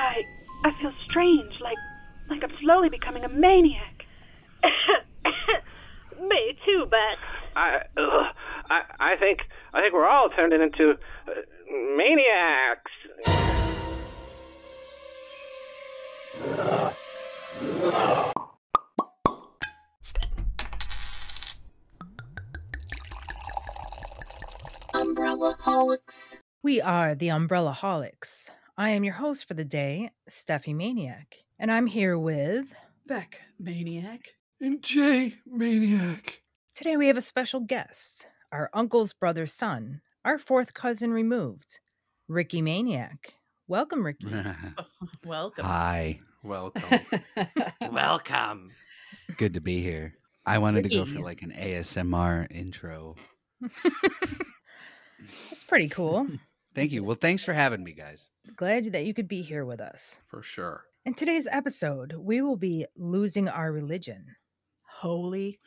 I feel strange, like like I'm slowly becoming a maniac. Me too, but I, ugh, I, I think, I think we're all turning into uh, maniacs. Umbrella Holics. We are the Umbrella Holics. I am your host for the day, Steffi Maniac, and I'm here with. Beck, maniac. And Jay, maniac. Today we have a special guest, our uncle's brother's son, our fourth cousin removed, Ricky Maniac. Welcome, Ricky. Welcome. Hi, Welcome. Welcome. good to be here. I wanted to go for Ricky. like an ASMR intro. That's pretty cool. Thank you. Well, thanks for having me, guys. Glad that you could be here with us. For sure. In today's episode, we will be losing our religion. Holy.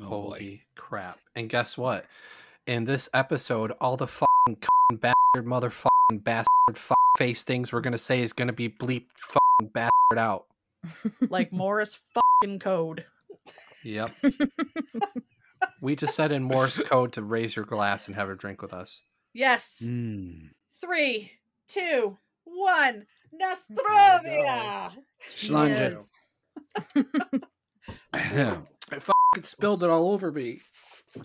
Oh, boy. Holy crap. And guess what? In this episode, all the fucking cunt bastard, motherfucking bastard, fuck face things we're going to say is going to be bleeped fucking bastard out. Like Morris fucking code. Yep. we just said in Morse code to raise your glass and have a drink with us. Yes. Mm. Three, two, one. Oh There Nostrovia. Schlunja. Yes. Ahem. I fucking spilled it all over me.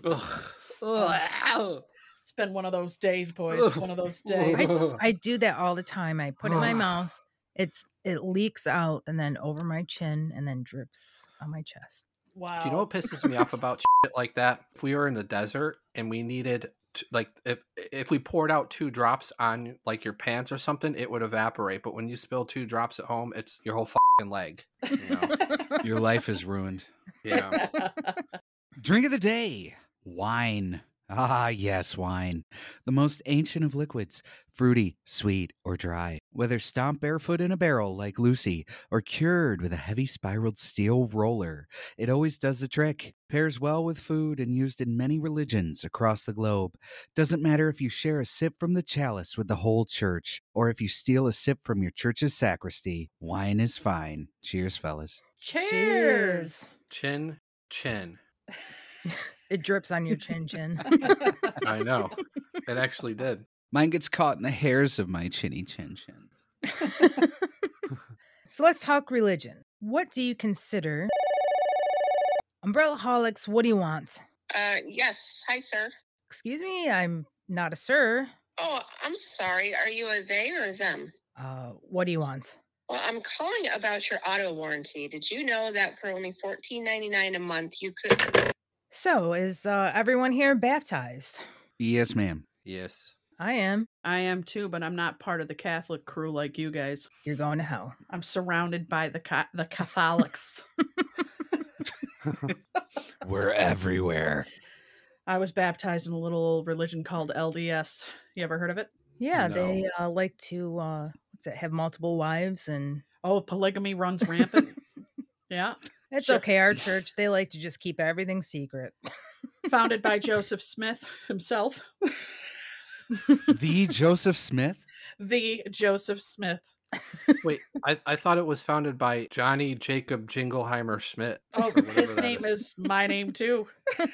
Ugh. Ugh. It's been one of those days, boys. One of those days. I, I do that all the time. I put it in my mouth. It's it leaks out and then over my chin and then drips on my chest. Wow. Do you know what pisses me off about shit like that? If we were in the desert and we needed, to, like, if if we poured out two drops on like your pants or something, it would evaporate. But when you spill two drops at home, it's your whole fucking leg. You know? Your life is ruined. yeah. Drink of the day wine. Ah, yes, wine. The most ancient of liquids, fruity, sweet, or dry. Whether stomped barefoot in a barrel like Lucy or cured with a heavy spiraled steel roller, it always does the trick. Pairs well with food and used in many religions across the globe. Doesn't matter if you share a sip from the chalice with the whole church or if you steal a sip from your church's sacristy, wine is fine. Cheers, fellas. Cheers. Chin, chin. It drips on your chin chin. I know. It actually did. Mine gets caught in the hairs of my chinny chin chin. so let's talk religion. What do you consider? Umbrella holics, what do you want? Uh, yes. Hi, sir. Excuse me, I'm not a sir. Oh, I'm sorry. Are you a they or them? Uh, what do you want? Well, I'm calling about your auto warranty. Did you know that for only $14.99 a month, you could. So, is uh, everyone here baptized? Yes, ma'am. Yes. I am. I am too, but I'm not part of the Catholic crew like you guys. You're going to hell. I'm surrounded by the ca- the Catholics. We're everywhere. I was baptized in a little religion called LDS. You ever heard of it? Yeah, they uh, like to uh, what's it, have multiple wives, and Oh, polygamy runs rampant. yeah. it's Sure. okay. Our church, they like to just keep everything secret. Founded by Joseph Smith himself, the Joseph Smith? the Joseph Smith. Wait, I, I thought it was founded by Johnny Jacob Jingleheimer Schmidt. Oh, or whatever his that name is. my name too.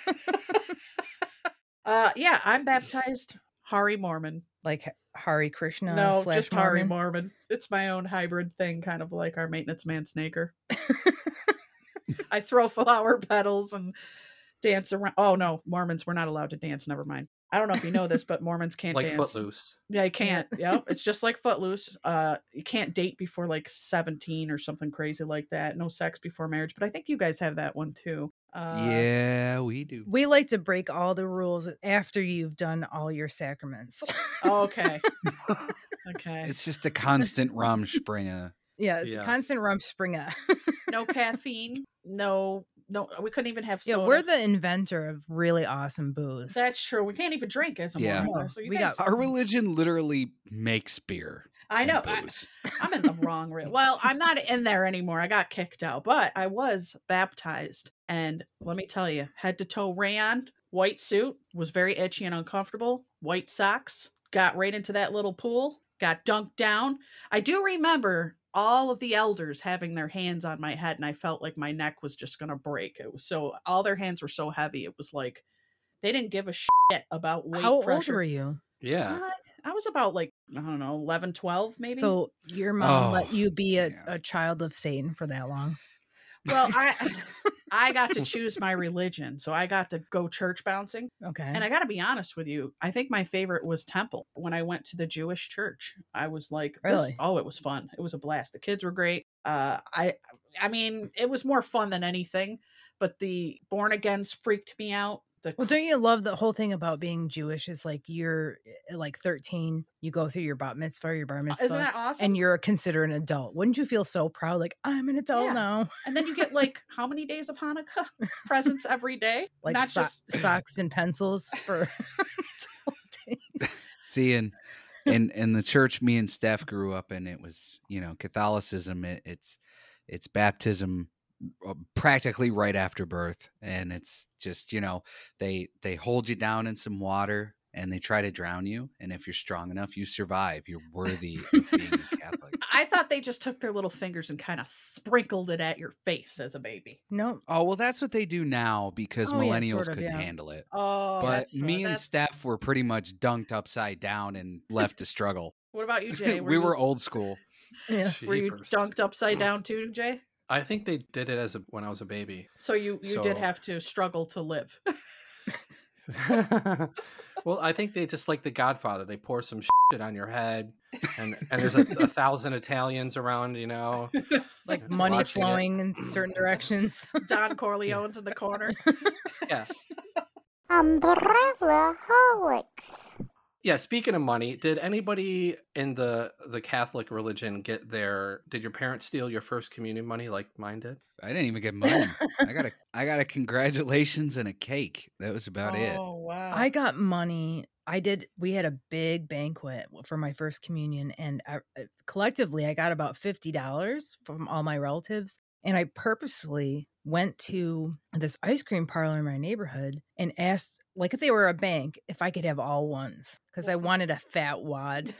uh yeah, I'm baptized Hari Mormon. like H- Hari Krishna. No, slash just Hari Mormon. Mormon. It's my own hybrid thing, kind of like our maintenance man snaker. I throw flower petals and dance around. Oh no, Mormons, we're not allowed to dance. Never mind. I don't know if you know this, but Mormons can't Like dance. Footloose. They can't. Yep. It's just like Footloose. Uh, you can't date before like 17 or something crazy like that. No sex before marriage. But I think you guys have that one too. Uh, yeah, we do. We like to break all the rules after you've done all your sacraments. Oh, Okay. okay. It's just a constant Ramspringer. yeah, it's Yeah. constant rump springer. No caffeine. No. No. We couldn't even have. yeah, soda. we're the inventor of really awesome booze. That's true. We can't even drink as a Yeah. Mormon. No, So you we guys, got- Our religion literally makes beer. I and know. I, booze. I'm in the wrong room. Well, I'm not in there anymore. I got kicked out, but I was baptized. And let me tell you, head to toe rayon, white suit, was very itchy and uncomfortable, white socks, got right into that little pool, got dunked down. I do remember all of the elders having their hands on my head, and I felt like my neck was just gonna break. It was so all their hands were so heavy. It was like they didn't give a shit about weight How old pressure. were you? Yeah. Uh, I was about like I don't know, 11, 12 maybe. So your mom uh, let Oh, you be a, yeah. a child of Satan for that long? well, I I got to choose my religion, so I got to go church bouncing. Okay. And I got to be honest with you, I think my favorite was temple. When I went to the Jewish church, I was like, this, Really? "Oh, it was fun. It was a blast. The kids were great. Uh, I, I mean, it was more fun than anything. But the born agains freaked me out. The Well, cr- don't you love the whole thing about being Jewish? Is like you're eh, like 13, you go through your bat mitzvah, your bar mitzvah, Uh, isn't that awesome? and you're considered an adult. Wouldn't you feel so proud? Like I'm an adult Yeah. now. and then you get like how many days of Hanukkah presents every day? Like Not so- just socks and pencils for. See, and and and the church me and Steph grew up in, it was you know Catholicism. It, it's it's baptism uh, practically right after birth, and it's just you know they they hold you down in some water and they try to drown you, and if you're strong enough, you survive. You're worthy of being a Catholic. I thought they just took their little fingers and kind of sprinkled it at your face as a baby. no, Oh well, that's what they do now because Oh, yeah, millennials sort of, couldn't yeah. handle it. Oh, but that's- me and that's- Steph were pretty much dunked upside down and left to struggle. What about you, Jay? we you- were old school. yeah. Were you Jeepers. dunked Uh-huh. upside down too, Jay? I think they did it as a, when I was a baby. So you you did So- have to struggle to live. well, I think they just like The Godfather. They pour some shit on your head, and and there's a, a thousand Italians around. You know, like money watching it. flowing in certain directions. Don Corleone's in the corner. Umbrella Holics. Yeah. Speaking of money, did anybody in the the Catholic religion get their? Did your parents steal your first communion money like mine did? I didn't even get mine. I got a I got a congratulations and a cake. That was about it. Oh wow! I got money. I did. We had a big banquet for my first communion, and I, I- collectively, I got about fifty dollars from all my relatives. And I purposely went to this ice cream parlor in my neighborhood and asked, like if they were a bank, if I could have all ones because I wanted a fat wad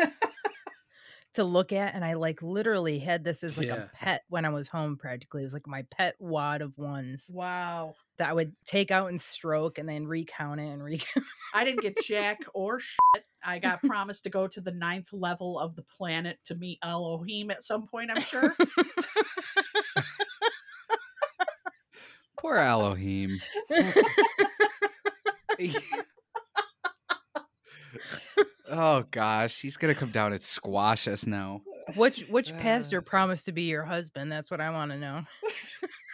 to look at. And I like literally had this as like Yeah. a pet when I was home. Practically, it was like my pet wad of ones wow! that I would take out and stroke, and then recount it and recount. I didn't get jack or shit. I got promised to go to the ninth level of the planet to meet Elohim at some point. I'm sure. Poor Elohim. oh gosh, he's gonna come down and squash us now. Which which Uh, pastor promised to be your husband? That's what I want to know.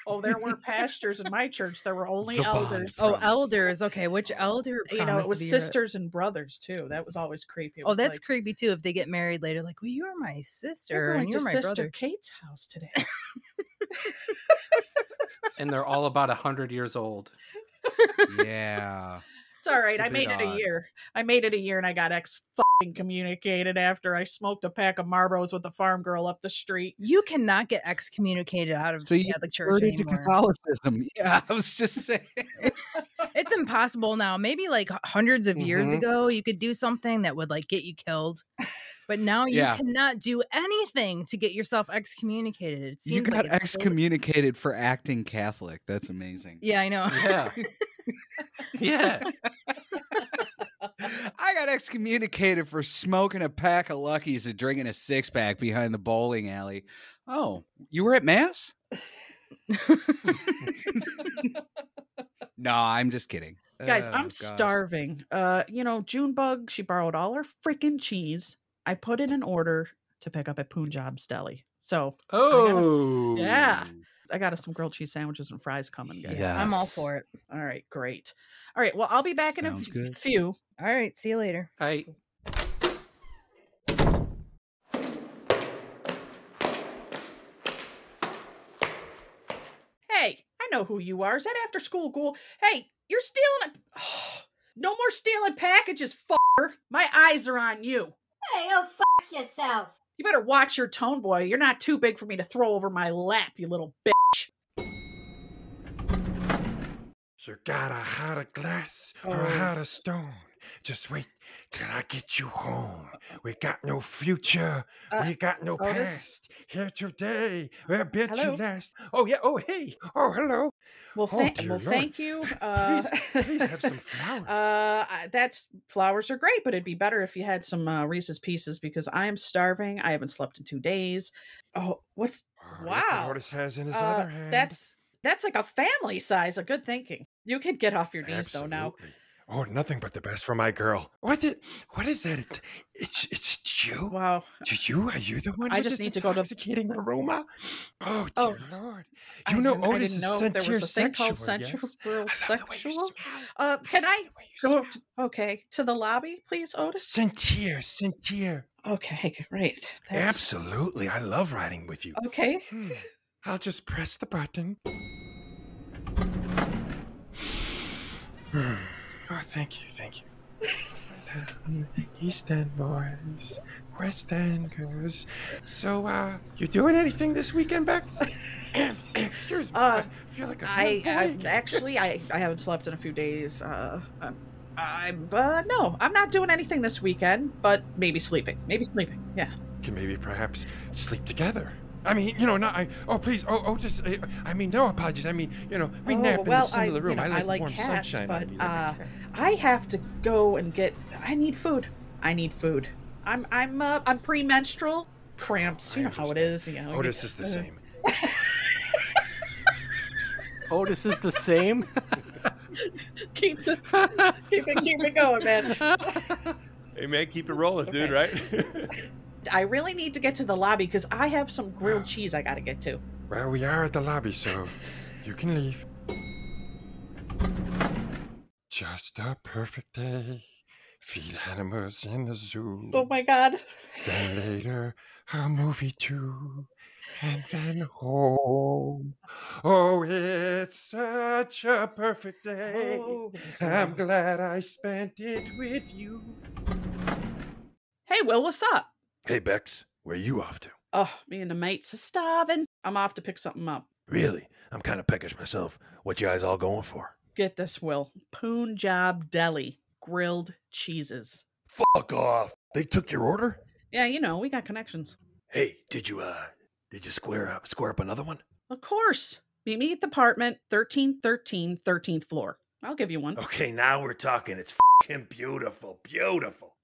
Oh, there weren't pastors in my church. There were only The bond elders. Oh, promise. elders. Okay, which elder? you know, promised it to was be your- sisters and brothers too. That was always creepy. It Oh, was that's like, creepy too. If they get married later, like, well, you're my We're sister going and to you're my Sister brother. Kate's house today. And they're all about a hundred years old. Yeah. It's all right. It's a I bit made it a odd. year. I made it a year, and I got ex fucking communicated after I smoked a pack of Marlboros with a farm girl up the street. You cannot get excommunicated out of So you Catholic Church Converted to anymore. Catholicism. Yeah, I was just saying. It's impossible now. Maybe like h- hundreds of years Mm-hmm. Mhm. ago, you could do something that would like get you killed, but now you Yeah. cannot do anything to get yourself excommunicated. It seems you got like it's totally- excommunicated for acting Catholic. That's amazing. Yeah, I know. Yeah. yeah. I got excommunicated for smoking a pack of Luckies and drinking a six pack behind the bowling alley. Oh, you were at mass? no, I'm just kidding, Guys, Oh, I'm gosh. starving. Uh, you know, Junebug. She borrowed all her freaking cheese. I put in an order to pick up at Punjab's Deli. So Oh. yeah. I got us some grilled cheese sandwiches and fries coming, guys. Yeah. I'm all Yes. for it. All right, great. All right, well, I'll be back Sounds in a f- good. few. All right, see you later. I Hey, I know who you are. Is that after school ghoul? Hey, you're stealing a. no more stealing packages, fucker. My eyes are on you. Hey, oh, fuck yourself. You better watch your tone, boy. You're not too big for me to throw over my lap, you little bitch. You got a heart of glass or Oh. a heart of stone. Just wait till I get you home. We got no future. Uh, we got no Otis? past. Here today. Where bit Hello? you last. Oh yeah. Oh hey. Oh hello. Well, Oh, thank dear well, Lord. thank you. Uh, Please have some flowers. Uh, I- that's flowers are great, but it'd be better if you had some uh, Reese's Pieces because I am starving. I haven't slept in two days. Oh, what's Oh, look what wow. Otis has in his uh, other hand. that's that's like a family size. A good thinking. You could get off your knees though now. Absolutely. Oh, nothing but the best for my girl. What? The, what is that? It- It's it's you. Wow. Do you? Are you the one? I with just this need to go to- intoxicating aroma. Oh dear Oh. lord! I You know didn't- I didn't Otis is know there was sentier a thing sexual. called sensual yes? I love the way you sexual. smell. Uh, can I The way you go? smell. t- Okay, to the lobby, please, Otis. Sentier, sentier. Okay, great. That's- Absolutely, I love riding with you. Okay. Hmm. I'll just press the button. Hmm. Oh, thank you, thank you. East End boys, West End girls. So, uh, you doing anything this weekend, Bex? Excuse me. Uh, I feel like a I, bad boy I again. actually I, I haven't slept in a few days. Uh, I'm, I'm uh, no, I'm not doing anything this weekend, but maybe sleeping. Maybe sleeping. Yeah. can maybe perhaps sleep together. I mean, you know, not I. Oh, please. Oh, oh, just. I, I mean, no apologies. I mean, you know, we Oh, nap in well, a similar I- you room. know, I, I like like warm cats, sunshine. but, on you like a uh, cat. I have to go and get. I need food. I need food. I'm I'm uh, I'm premenstrual cramps. I You know how it is. understand. You know. Otis you, Oh, is the uh, same. Otis is the same. Keep the, keep it keep it going, man. Hey man, keep it rolling, dude, Okay. Right? I really need to get to the lobby because I have some grilled cheese I got to get to. well, we are at the lobby, so you can leave. Just a perfect day. Feed animals in the zoo. Oh my god. Then later, a movie too. And then home. Oh, it's such a perfect day. Oh, this I'm man. glad I spent it with you. Hey, Will, what's up? Hey, Bex, where you off to? Oh, me and the mates are starving. I'm off to pick something up. Really? I'm kind of peckish myself. What you guys all going for? Get this, Will. Punjab Deli grilled cheeses. Fuck off. They took your order? Yeah, you know we got connections. Hey, did you, uh, did you square up, square up another one? Of course. Meet me at the apartment, 1313, 13th floor. I'll give you one. Okay, now we're talking. It's fucking beautiful, beautiful.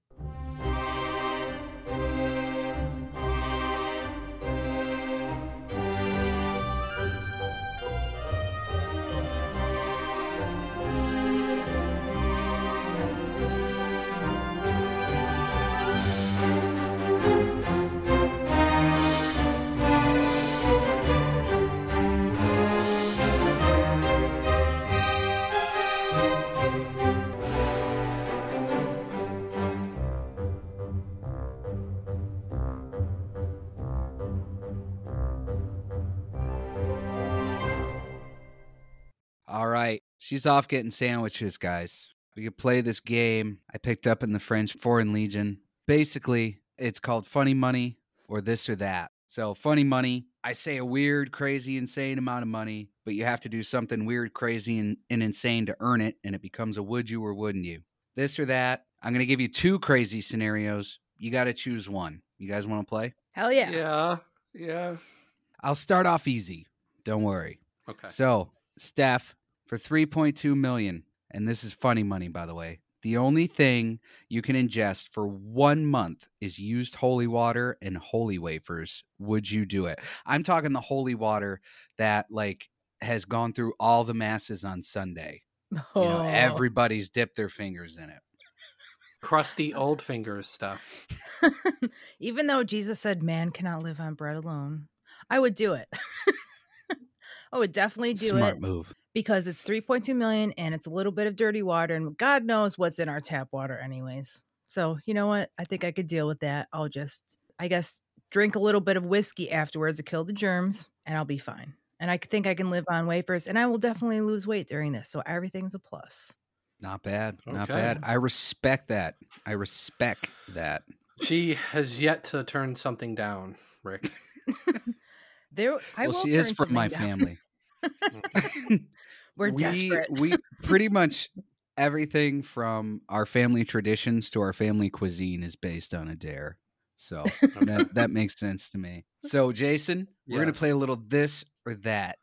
All right. She's off getting sandwiches, guys. We could play this game I picked up in the French Foreign Legion. Basically, it's called Funny Money or This or That. So, funny money, I say a weird, crazy, insane amount of money, but you have to do something weird, crazy, and, and insane to earn it, and it becomes a would you or wouldn't you. This or that, I'm going to give you two crazy scenarios. You got to choose one. You guys want to play? Hell yeah. Yeah. Yeah. I'll start off easy. Don't worry. Okay. So, Steph, for 3.2 million, and this is funny money, by the way, the only thing you can ingest for one month is used holy water and holy wafers. Would you do it? I'm talking the holy water that, like, has gone through all the masses on Sunday. You know, Oh. everybody's dipped their fingers in it. Crusty old fingers stuff. Even though Jesus said man cannot live on bread alone, I would do it. I would definitely do Smart it move. because it's 3.2 million and it's a little bit of dirty water and God knows what's in our tap water anyways. So, you know what? I think I could deal with that. I'll just I guess drink a little bit of whiskey afterwards to kill the germs and I'll be fine. And I think I can live on wafers and I will definitely lose weight during this. So everything's a plus. Not bad. Not Okay. bad. I respect that. I respect that. She has yet to turn something down, Rick. there I well, will she is turn from my something down. family. We're desperate. We pretty much everything from our family traditions to our family cuisine is based on a dare. So that, that makes sense to me. So, Jason, we're going Yes. to play a little this or that.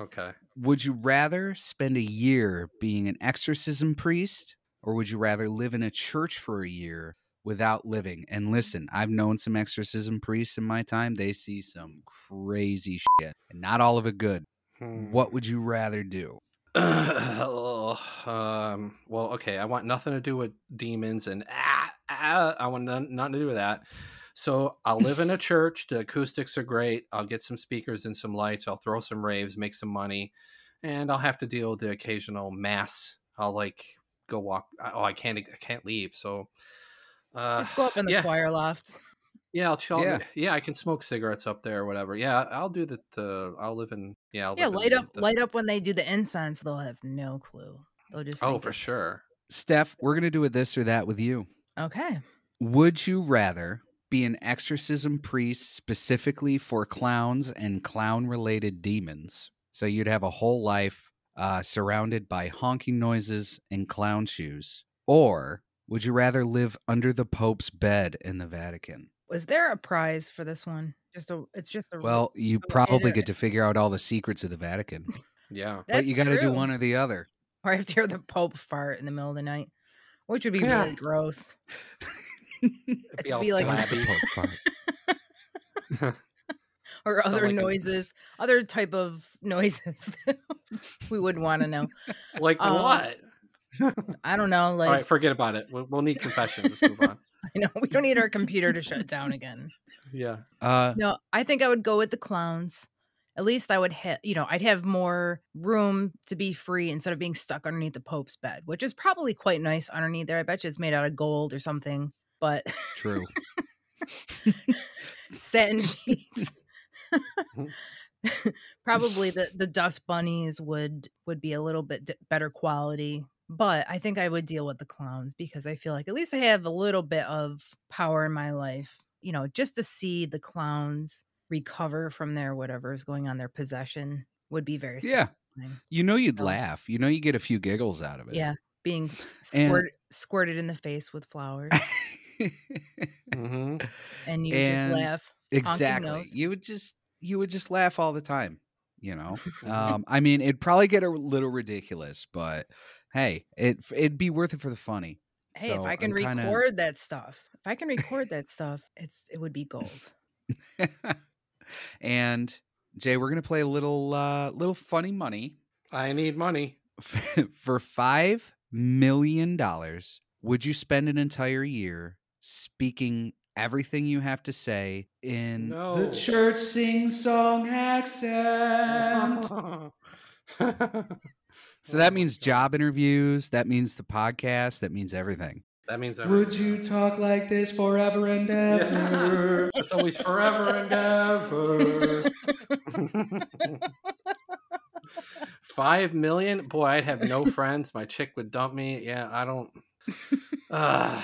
Okay. Would you rather spend a year being an exorcism priest or would you rather live in a church for a year without living? And listen, I've known some exorcism priests in my time. They see some crazy shit and not all of it good. Hmm. What would you rather do? um, well, okay. I want nothing to do with demons and ah, ah, I want none, nothing to do with that. So I'll live in a church. The acoustics are great. I'll get some speakers and some lights. I'll throw some raves, make some money, and I'll have to deal with the occasional mass. I'll like go walk. Oh, I can't. I can't leave. So uh, Just go up in the yeah. choir loft. yeah, I'll chill. Yeah. Yeah. I can smoke cigarettes up there or whatever. Yeah, I'll do the. the I'll live in. Yeah, I'll Yeah, live in light the- up, the- light up when they do the incense. They'll have no clue. They'll just Oh, think for it's- sure. Steph, we're going to do a this or that with you. Okay. Would you rather be an exorcism priest specifically for clowns and clown related demons? So you'd have a whole life uh, surrounded by honking noises and clown shoes. Or would you rather live under the Pope's bed in the Vatican? Was there a prize for this one? Just a. It's just a. Well, you it probably is. get to figure out all the secrets of the Vatican, Yeah. but you got That's to do true. one or the other. Or I have to hear the Pope fart in the middle of the night, which would be Yeah. really gross. It'd It's all be like- That was the flabby. Pope part. or Sound other like a- noises, other type of noises that we would want to know. like Um, what? I don't know. All right, Like forget about it. We'll, we'll need confession. Let's move on. I know we don't need our computer to shut down again. Yeah. Uh, No, I think I would go with the clowns. At least I would have, you know, I'd have more room to be free instead of being stuck underneath the Pope's bed, which is probably quite nice underneath there. I bet you it's made out of gold or something, but true. satin sheets. Mm-hmm. Mhm. Probably the the dust bunnies would would be a little bit d- better quality, but I think I would deal with the clowns because I feel like at least I have a little bit of power in my life. You know, just to see the clowns recover from their whatever is going on their possession would be very Yeah. satisfying. You know, you'd Um, laugh. You know, you get a few giggles out of it. Yeah, being squirt, squirted in the face with flowers, hmm and you just And- laugh. exactly nose. you would just you would just laugh all the time you know Mm-hmm. um i mean it'd probably get a little ridiculous but hey it it'd be worth it for the funny Hey, So if I can I'm kinda- record that stuff, if I can record that stuff, it's it would be gold. and jay we're gonna play a little uh little funny money I need money. for five million dollars, would you spend an entire year speaking everything you have to say in No. the church sing song accent? Um, so Oh my that means God. job interviews, that means the podcast, that means everything. That means everything. Would you talk like this forever and ever? It's always forever and ever. Five million? Boy, I'd have no friends. My chick would dump me. Yeah, I don't. Uh,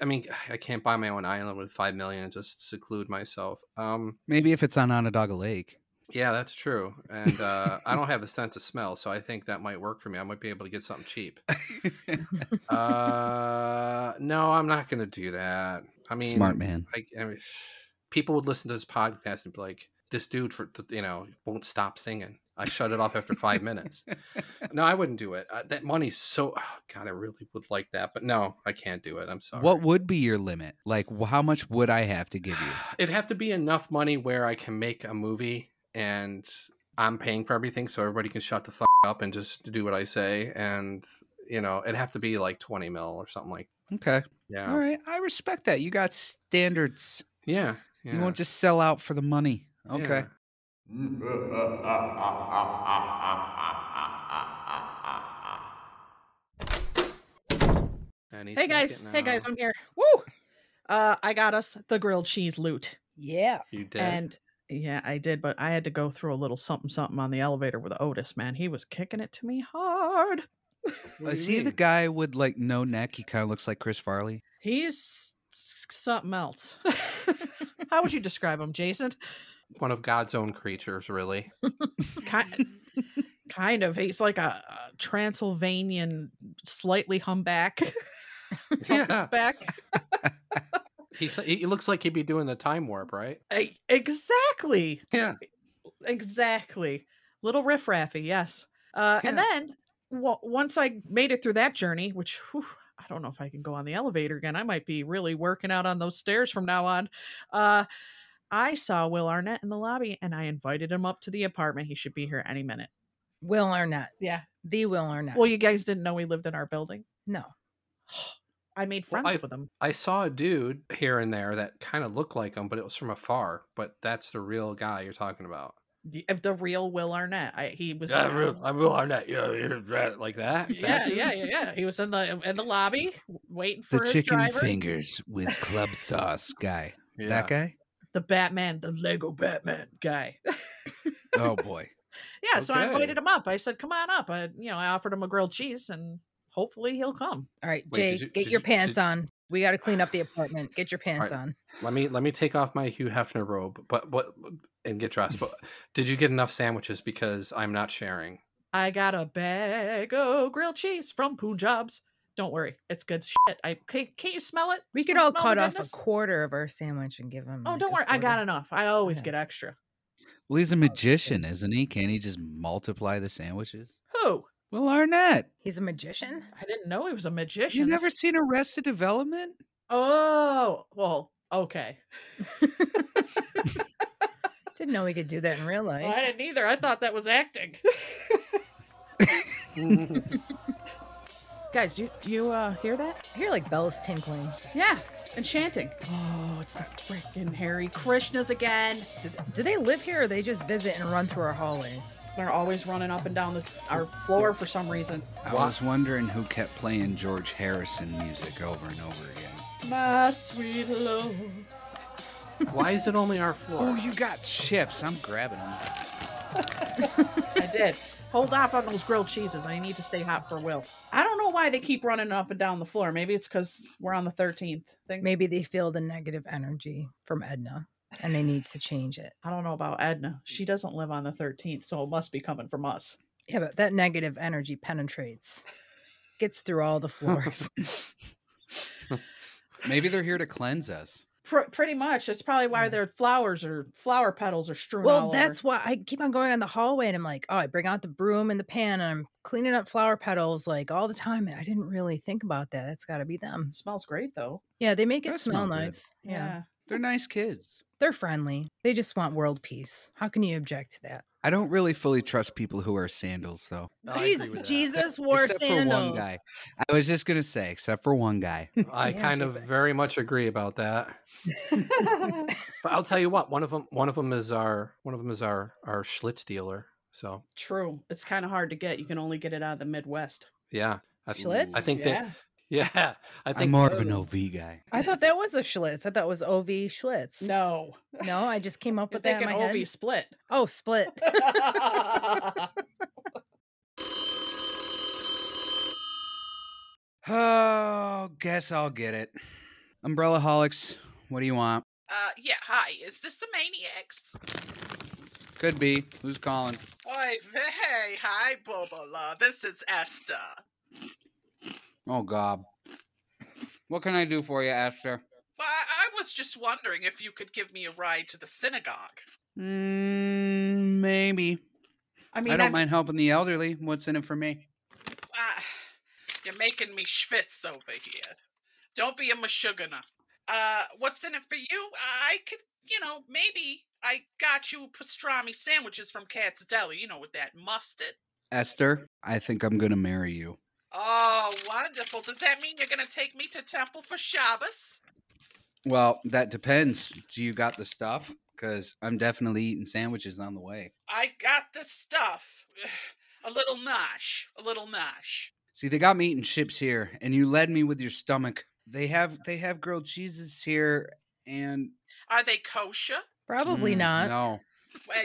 I mean, I can't buy my own island with five million and just seclude myself. Um, Maybe if it's on Onondaga Lake. yeah, that's true. And uh, I don't have a sense of smell, so I think that might work for me. I might be able to get something cheap. Uh, no, I'm not going to do that. I mean, Smart man. I, I mean, people would listen to this podcast and be like, "This dude for you know won't stop singing." I shut it off after five minutes. No, I wouldn't do it. Uh, that money's so oh, God. I really would like that, but no, I can't do it. I'm sorry. What would be your limit? Like, wh- how much would I have to give you? It'd have to be enough money where I can make a movie and I'm paying for everything, so everybody can shut the fuck up and just do what I say. And you know, it'd have to be like twenty mil or something like. Okay. Yeah. All right, I respect that. You got standards. Yeah. yeah. You won't just sell out for the money. Okay. Yeah. And he's Hey sneaking guys, hey guys, now. I'm here. Woo! Uh, I got us the grilled cheese loot, Yeah. you did. and yeah, I did, but I had to go through a little something something on the elevator with Otis. Man, he was kicking it to me hard. What do Is you he Uh, the mean? guy with like no neck? He kind of looks like Chris Farley. He's s- s- something else. How would you describe him, Jason? one of God's own creatures, really? Ki- Kind of. He's like a, a Transylvanian, slightly humback. Yeah. back. He's, he looks like he'd be doing the time warp, right? E- Exactly. Yeah. Exactly. Little riffraffy, yes. Uh, And Yeah. then w- once I made it through that journey, which whew, I don't know if I can go on the elevator again. I might be really working out on those stairs from now on. Uh, I saw Will Arnett in the lobby and I invited him up to the apartment. He should be here any minute. Will Arnett. Yeah. The Will Arnett. Well, you guys didn't know he lived in our building. no. I made Well, friends I've- with him. I saw a dude here and there that kind of looked like him, but it was from afar. But that's the real guy you're talking about. The, of the real Will Arnett. I, he was in- real Arnett. Yeah, like that. yeah, yeah, yeah, yeah. He was in the in the lobby w- waiting for The his chicken driver. fingers with club sauce guy. That guy? the Batman, the Lego Batman guy. Oh boy. yeah, so I Okay. invited him up. I said, "Come on up." I, you know, I offered him a grilled cheese, and hopefully he'll come. All right, Wait, Jay, did you- get did your you- pants did- on. We got to clean up the apartment. Get your pants right. on. Let me let me take off my Hugh Hefner robe, but what and get dressed. But did you get enough sandwiches? Because I'm not sharing. I got a bag of grilled cheese from Punjab's. Don't worry, it's good shit. I can't, can't you smell it? We Can could you all smell the cut off goodness? a quarter of our sandwich and give him. Oh, like, don't a worry, I got quarter. enough. I always Okay. get extra. Well, he's a shit. magician, isn't he? Can't he just multiply the sandwiches? Who? Will Arnett. He's a magician. I didn't know he was a magician. You This- never seen Arrested Development? Oh, well, okay. Didn't know he could do that in real life. Well, I didn't either. I thought that was acting. Guys, you you uh, hear that? I hear like bells tinkling. Yeah, enchanting. Oh, it's the freaking Harry Krishnas again. Do, do they live here or they just visit and run through our hallways? They're always running up and down the, our floor for some reason. I was wondering who kept playing George Harrison music over and over again. My sweet love. Why is it only our floor? Oh, you got chips. I'm grabbing them. I did. Hold off on those grilled cheeses. I need to stay hot for Will. I don't know why they keep running up and down the floor. Maybe it's because we're on the 13th thing. Maybe they feel the negative energy from Edna and they need to change it. I don't know about Edna. She doesn't live on the 13th, so it must be coming from us. Yeah, but that negative energy penetrates, gets through all the floors. Maybe they're here to cleanse us. Pr- pretty much. That's probably why their flowers or flower petals are strewn all well, over. that's why I keep on going on the hallway and I'm like, oh, I bring out the broom and the pan and I'm cleaning up flower petals like all the time. And I didn't really think about that. That's got to be them. smells great though. Yeah, they make it That smell smelled good. nice. yeah. They're nice kids. They're friendly. They just want world peace. How can you object to that? I don't really fully trust people who wear sandals, though. I agree with that. Jesus wore except sandals. for one guy. I was just gonna say, except for one guy. I Yeah, kind of Jason. very much agree about that. But I'll tell you what, one of them, one of them is our, one of them is our, our Schlitz dealer. So True. It's kind of hard to get. You can only get it out of the Midwest. yeah, I, Schlitz? I think yeah. that yeah, I think I'm more of those- an OV guy. I thought that was a Schlitz. I thought it was OV Schlitz. No. No, I just came up But with they that in can my OV head. split. Oh, split. Oh, guess I'll get it. Umbrella holics, what do you want? Uh, yeah. Hi. Is this the Maniacs? Could be. Who's calling? Oi, hey, hi, Bobola. This is Esther. Oh God. What can I do for you, Esther? Well, I, I was just wondering if you could give me a ride to the synagogue. Mm, maybe. I I, mean, don't I've- mind helping the elderly. What's in it for me? Ah, you're making me schwitz over here. Don't be a mashugana. Uh, what's in it for you? I could, you know, maybe I got you pastrami sandwiches from Cat's Deli, you know, with that mustard. Esther, I think I'm gonna marry you. Oh, wonderful. Does that mean you're going to take me to temple for Shabbos? Well, that depends. Do you got the stuff? Because I'm definitely eating sandwiches on the way. I got the stuff. A little nosh. A little nosh. See, they got me eating chips here, and you led me with your stomach. They have they have grilled cheeses here, and Are they kosher? Probably Mm, not. No, Well,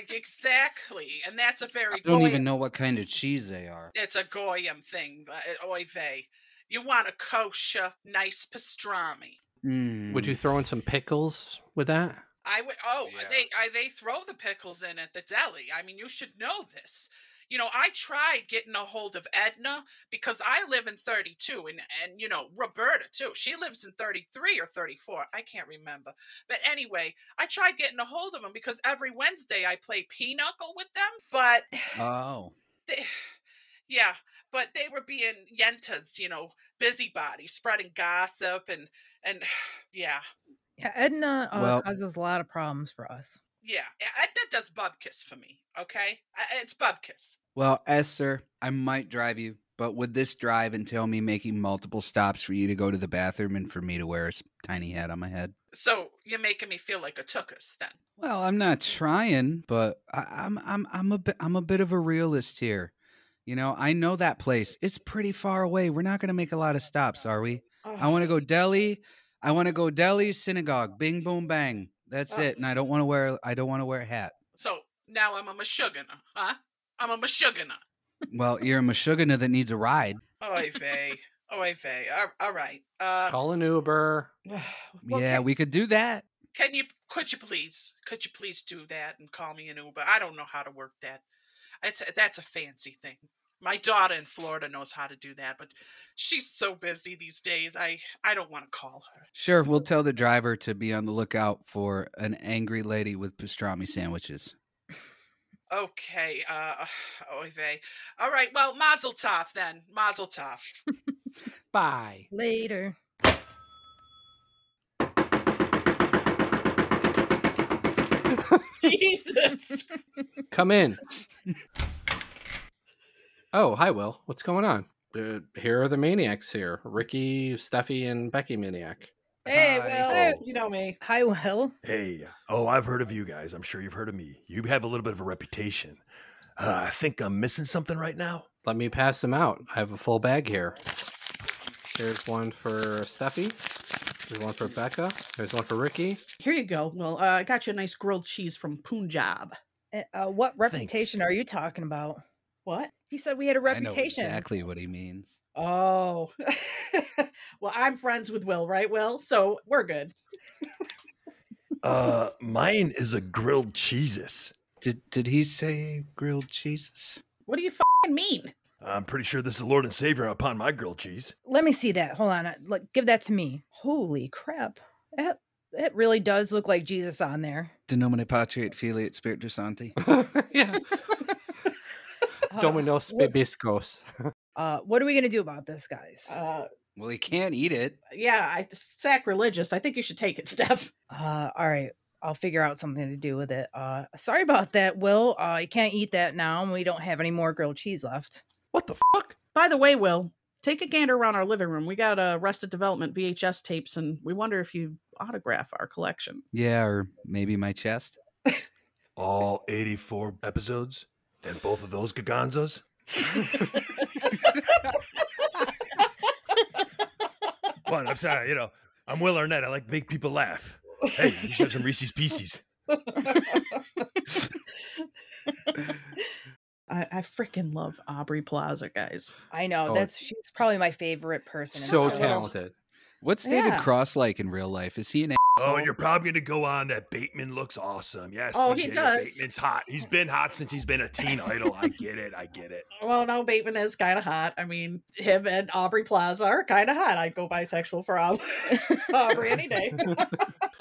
exactly. And that's a very I don't Goy- even know what kind of cheese they are. It's a goyim thing, uh, oy vey. You want a kosher, nice pastrami. Would Mm, you throw in some pickles with that? I would. Oh, Yeah. they I, they throw the pickles in at the deli. I mean, you should know this. You know, I tried getting a hold of Edna because I live in 32 and and you know, Roberta too. She lives in 33 or 34. I can't remember. But anyway, I tried getting a hold of them because every Wednesday I play pinochle with them, but Oh. they, yeah, but they were being yentas, you know, busybodies, spreading gossip and and yeah, Yeah, Edna uh, Well- causes a lot of problems for us. yeah. Edna does bubkiss for me, okay? I- It's bubkiss. Well, Esther, I might drive you, but would this drive entail me making multiple stops for you to go to the bathroom and for me to wear a s- tiny hat on my head? So you're making me feel like a tuckus then. Well, I'm not trying, but I, I'm I'm I'm a bit I'm a bit of a realist here. You know, I know that place. It's pretty far away. We're not going to make a lot of stops, are we? Oh. I want to go Delhi. I want to go Delhi synagogue. Bing, boom, bang. That's Oh. it. And I don't want to wear. I don't want to wear a hat. So now I'm a mashugana, huh? I'm a mashugana. Well, you're a mashugana that needs a ride. Oy vey. Oy vey. All- All right. Uh, Call an Uber. yeah, we could do that. can you, could you please, could you please do that and call me an Uber? I don't know how to work that. It's a, that's a fancy thing. My daughter in Florida knows how to do that, but she's so busy these days. I, I don't want to call her. Sure, we'll tell the driver to be on the lookout for an angry lady with pastrami sandwiches. Okay, uh, oy vey. All right, well, mazel tov then. Mazel tov. Bye. Later. Jesus. Come in. oh, hi, Will. What's going on? Uh, here are the maniacs here Ricky, Steffi, and Becky Maniac. Hey, Hi. well, you know me. Hi, Will. Hey, oh, I've heard of you guys. I'm sure you've heard of me. You have a little bit of a reputation. Uh, I think I'm missing something right now. Let me pass them out. I have a full bag here. There's one for Steffi. There's one for Becca. There's one for Ricky. Here you go. Well, uh, I got you a nice grilled cheese from Punjab. Uh, uh, what reputation are you talking about? What? He said we had a reputation. I know exactly what he means. Oh. well, I'm friends with Will, right, Will? So we're good. Uh, mine is a grilled cheeses. Did did he say grilled cheeses? What do you fing mean? I'm pretty sure this is Lord and Savior upon my grilled cheese. Let me see that. Hold on. uh, Look, give that to me. Holy crap. That that really does look like Jesus on there. Denomine patri et filii et spiritus sancti. Uh, Dominos what- Bibiscos. Uh, what are we gonna do about this, guys? Uh, well, he can't eat it. Yeah, I, sacrilegious. I think you should take it, Steph. Uh, all right, I'll figure out something to do with it. Uh, sorry about that, Will. Uh, you can't eat that now, and we don't have any more grilled cheese left. By the way, Will, take a gander around our living room. We got uh, Arrested Development VHS tapes, and we wonder if you autograph our collection. Yeah, or maybe my chest. All 84 episodes and both of those gaganzas. what? I'm sorry. You know, I'm Will Arnett. I like to make people laugh. Hey, you should have some Reese's Pieces. I, I freaking love Aubrey Plaza, guys. I know Oh. that's she's probably my favorite person. in So this whole- talented. What's David Yeah. Cross like in real life? Is he an Oh, you're probably going to go on that Bateman looks awesome. Yes. Oh, he spaghetti does. Bateman's hot. He's been hot since he's been a teen idol. I get it. I get it. Well, no, Bateman is kind of hot. I mean, him and Aubrey Plaza are kind of hot. I'd go bisexual for Aub- Aubrey any day.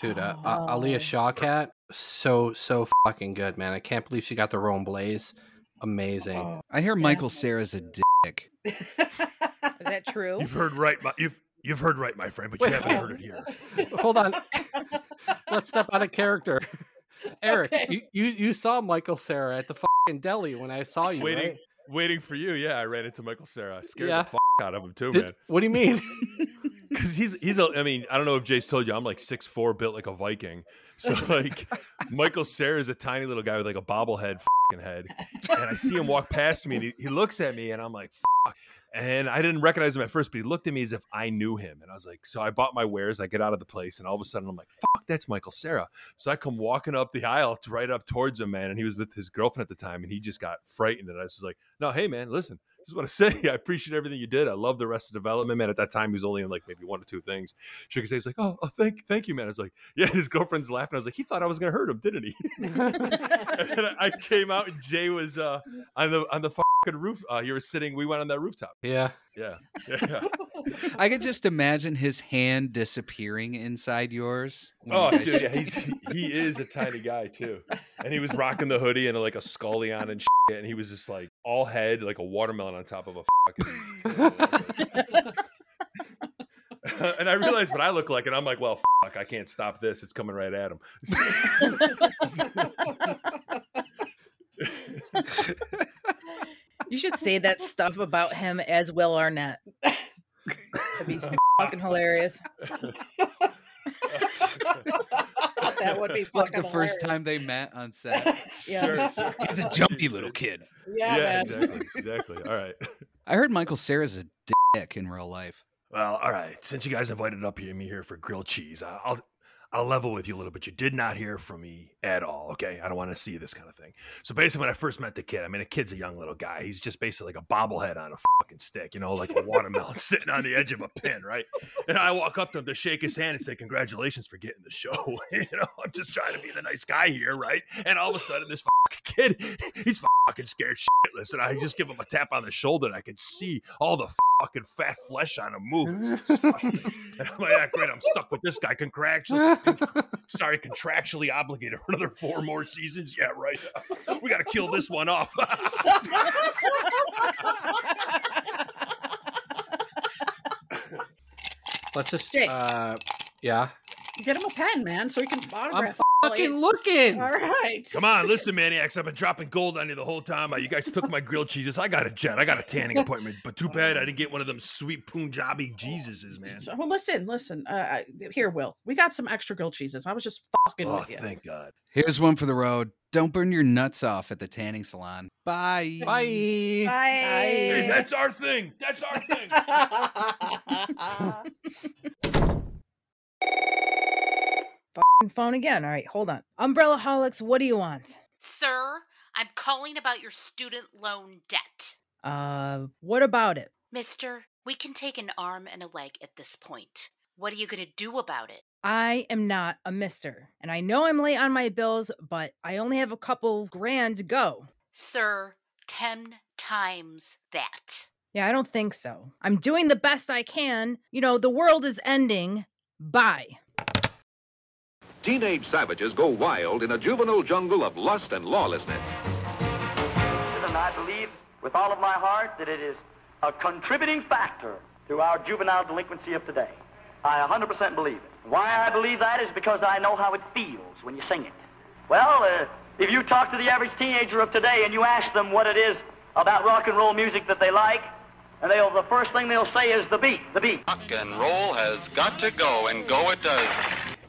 Dude, uh, uh, Oh. Aaliyah Shawkat, so, so fucking good, man. I can't believe she got the Rome Blaze. Amazing. Oh. I hear Michael Sarah's a dick. Is that true? You've heard right, my you've you've heard right, my friend, but Wait, you haven't heard it here. Hold on. Let's step out of character. Eric, Okay. you, you, you saw Michael Sarah at the fucking deli when I saw you. Waiting- right? Waiting for you. Yeah, I ran into Michael Sarah. I scared Yeah. the f- out of him too, Did- man. what do you mean? Because he's he's a. I mean, I don't know if Jace told you, I'm like six four, built like a Viking. So like, Michael Sarah is a tiny little guy with like a bobblehead fing head, and I see him walk past me, and he, he looks at me, and I'm like. "Fuck." And I didn't recognize him at first, but he looked at me as if I knew him. And I was like, so I bought my wares. I get out of the place, and all of a sudden, I'm like, fuck, that's Michael Sarah. So I come walking up the aisle to right up towards him, man. And he was with his girlfriend at the time, and he just got frightened. And I was just like, no, hey, man, listen, just want to say I appreciate everything you did. I love the rest of development, man. At that time, he was only in like maybe one or two things. Shook his head, he's like, oh, oh, thank, thank you, man. I was like, yeah. His girlfriend's laughing. I was like, he thought I was gonna hurt him, didn't he? and I I came out, and Jay was uh, on the on the fucking roof. Uh, you were sitting. We went on that rooftop. Yeah. Yeah, yeah. I could just imagine his hand disappearing inside yours. when Oh, you guys- dude, yeah, he's he is a tiny guy too, and he was rocking the hoodie and like a scully on and shit, and he was just like all head, like a watermelon on top of a fucking. and I realized what I look like, and I'm like, well, fuck, I can't stop this. It's coming right at him. You should say that stuff about him as Will Arnett. That'd be fucking hilarious. that would be like fucking the first hilarious. time they met on set. Yeah. Sure, sure. He's a jumpy little kid. Yeah, man. exactly, exactly. All right. I heard Michael Sarah's a dick in real life. Well, all right. Since you guys invited up here, me here for grilled cheese, I- I'll I'll level with you a little bit. You did not hear from me at all. Okay, I don't want to see this kind of thing. So basically, when I first met the kid, I mean, the kid's a young little guy. He's just basically like a bobblehead on a fucking stick, you know, like a watermelon sitting on the edge of a pin, right? And I walk up to him to shake his hand and say, "Congratulations for getting the show." you know, I'm just trying to be the nice guy here, right? And all of a sudden, this fucking kid, he's fucking scared shitless, and I just give him a tap on the shoulder, and I can see all the fucking fat flesh on him move. It's disgusting. And I'm like, "Ah, great, I'm stuck with this guy. Contractually, sorry, contractually obligated for another four more seasons. Yeah, right. We got to kill this one off. Let's just. Jake. Uh, yeah. Get him a pen, man, so he can autograph. fucking looking. All right. Come on, listen, maniacs. I've been dropping gold on you the whole time. Uh, You guys took my grilled cheeses. I got a jet. I got a tanning appointment, but too bad I didn't get one of them sweet Punjabi Jesuses, man. So, well, listen, listen. Uh, I, here, Will, we got some extra grilled cheeses. I was just fucking Oh, with you. thank God. Here's one for the road. Don't burn your nuts off at the tanning salon. Bye. Bye. Hey, that's our thing. That's our thing. Fucking phone again. All right, hold on. Umbrella Holics, what do you want? Sir, I'm calling about your student loan debt. Uh, what about it? Mister, we can take an arm and a leg at this point. What are you going to do about it? I am not a mister. And I know I'm late on my bills, but I only have a couple grand to go. Sir, ten times that. Yeah, I don't think so. I'm doing the best I can. You know, the world is ending. Bye. Teenage savages go wild in a juvenile jungle of lust and lawlessness. And I believe with all of my heart that it is a contributing factor to our juvenile delinquency of today. I 100% believe it. Why I believe that is because I know how it feels when you sing it. Well, uh, if you talk to the average teenager of today and you ask them what it is about rock and roll music that they like, and they'll the first thing they'll say is the beat, the beat. Rock and roll has got to go, and go it does.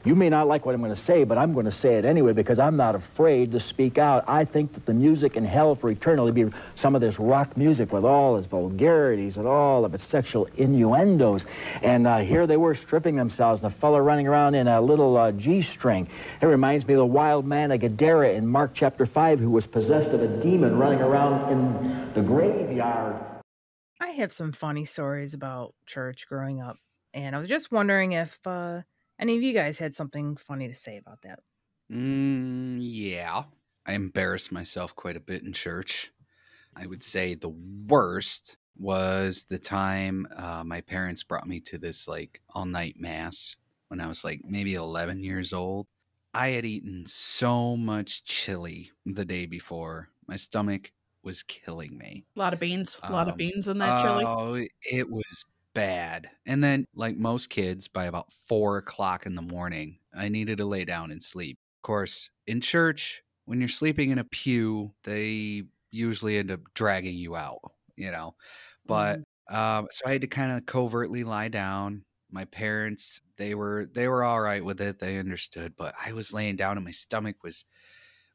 You may not like what I'm going to say, but I'm going to say it anyway because I'm not afraid to speak out. I think that the music in hell for eternal will be some of this rock music with all its vulgarities and all of its sexual innuendos. And uh, here they were stripping themselves, and a fella running around in a little uh, G-string. It reminds me of the wild man of Gadara in Mark chapter 5 who was possessed of a demon running around in the graveyard. I have some funny stories about church growing up, and I was just wondering if uh, any of you guys had something funny to say about that. Mm, yeah. I embarrassed myself quite a bit in church. I would say the worst was the time uh, my parents brought me to this like all night mass when I was like maybe 11 years old. I had eaten so much chili the day before, my stomach was killing me. A lot of beans. A lot of Um, beans in that chili. Oh, it was bad. And then, like most kids, by about four o'clock in the morning, I needed to lay down and sleep. Of course, in church, when you're sleeping in a pew, they usually end up dragging you out, you know. But Mm-hmm. um, so I had to kind of covertly lie down. My parents, they were they were all right with it. They understood, but I was laying down and my stomach was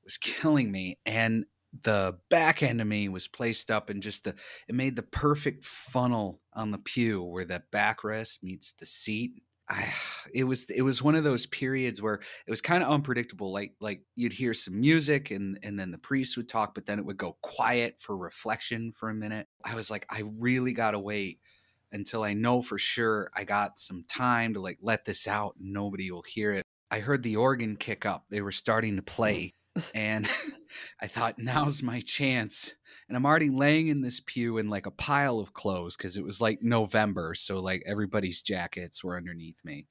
was killing me and the back end of me was placed up and just the it made the perfect funnel on the pew where the backrest meets the seat it was it was one of those periods where it was kind of unpredictable like like you'd hear some music and and then the priest would talk but then it would go quiet for reflection for a minute i was like i really gotta wait until i know for sure i got some time to like let this out and nobody will hear it i heard the organ kick up they were starting to play and i thought now's my chance and i'm already laying in this pew in like a pile of clothes because it was like november so like everybody's jackets were underneath me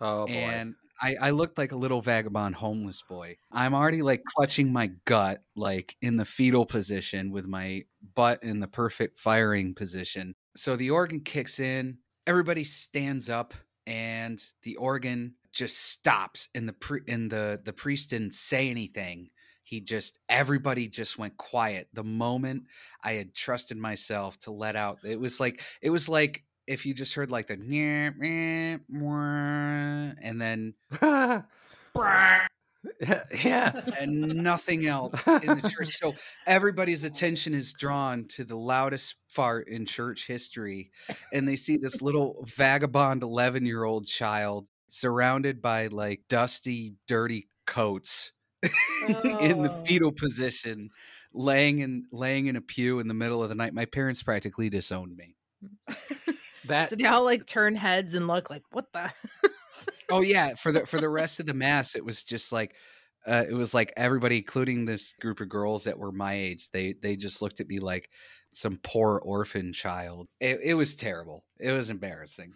Oh boy. and I, I looked like a little vagabond homeless boy. I'm already like clutching my gut, like in the fetal position with my butt in the perfect firing position. So the organ kicks in, everybody stands up, and the organ just stops. And the pri- and the the priest didn't say anything. He just everybody just went quiet. The moment I had trusted myself to let out, it was like it was like if you just heard like the meh, meh, mwah, and then yeah and nothing else in the church so everybody's attention is drawn to the loudest fart in church history and they see this little vagabond 11 year old child surrounded by like dusty dirty coats in the fetal position laying in laying in a pew in the middle of the night my parents practically disowned me that Did y'all like turn heads and look like what the? oh yeah for the for the rest of the mass it was just like uh, it was like everybody including this group of girls that were my age they they just looked at me like some poor orphan child it, it was terrible it was embarrassing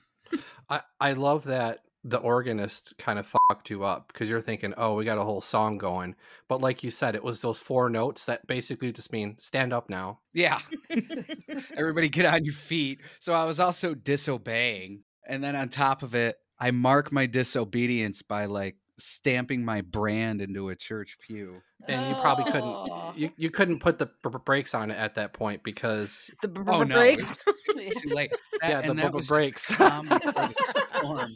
I, I love that the organist kind of fucked you up because you're thinking, oh, we got a whole song going. But like you said, it was those four notes that basically just mean stand up now. yeah everybody get on your feet so i was also disobeying and then on top of it i mark my disobedience by like stamping my brand into a church pew And you probably couldn't you, you couldn't put the br- br- brakes on it at that point because the br- br- brakes. Oh, too late. yeah, and the that br- br- was just the brakes. calm before the storm.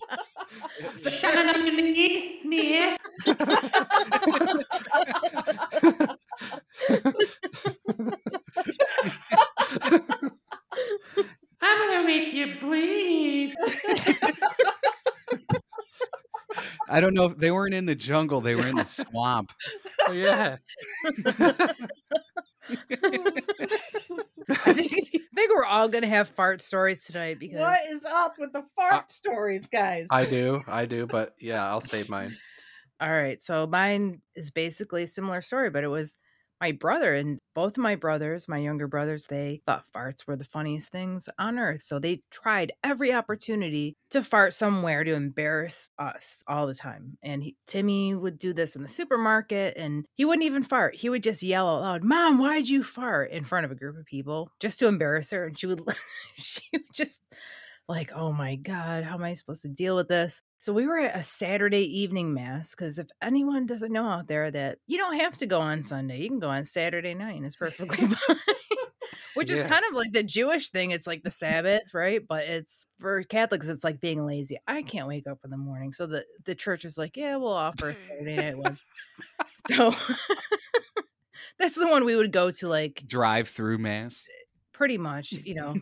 I'm gonna make you bleed. I don't know if they weren't in the jungle, they were in the swamp. Oh, yeah. I think, I think we're all gonna have fart stories tonight because What is up with the fart stories, guys? I do, I do, but yeah, I'll save mine. All right. So mine is basically a similar story, but it was my brother and both of my brothers, my younger brothers, they thought farts were the funniest things on earth. So they tried every opportunity to fart somewhere to embarrass us all the time. And he, Timmy would do this in the supermarket and he wouldn't even fart. He would just yell out loud, Mom, why'd you fart in front of a group of people just to embarrass her? And she would, she would just like, oh my God, how am I supposed to deal with this? So we were at a Saturday evening mass because if anyone doesn't know out there that you don't have to go on Sunday, you can go on Saturday night and it's perfectly fine. Which is Yeah. kind of like the Jewish thing. It's like the Sabbath, right? But it's for Catholics, it's like being lazy. I can't wake up in the morning. So the, the church is like, yeah, we'll offer a Saturday night one. So that's the one we would go to like Drive through mass. pretty much you know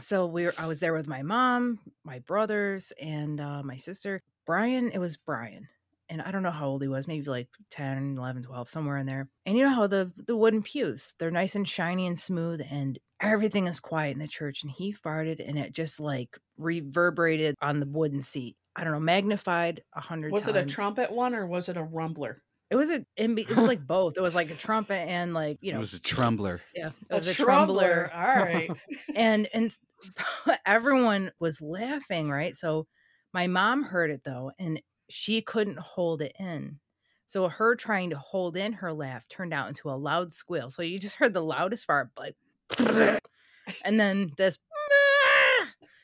so we were i was there with my mom my brothers and uh, my sister brian it was brian and i don't know how old he was maybe like 10 11 12 somewhere in there and you know how the the wooden pews they're nice and shiny and smooth and everything is quiet in the church and he farted and it just like reverberated on the wooden seat i don't know magnified a hundred Was times it a trumpet one or was it a rumbler? it was a in be- it was like both it was like a trumpet and like you know it was a trumbler. yeah, it A was a trumbler, trumbler. all right. and and s- everyone was laughing, right? So my mom heard it though, and she couldn't hold it in. So her trying to hold in her laugh turned out into a loud squeal. So you just heard the loudest fart, like, and then this,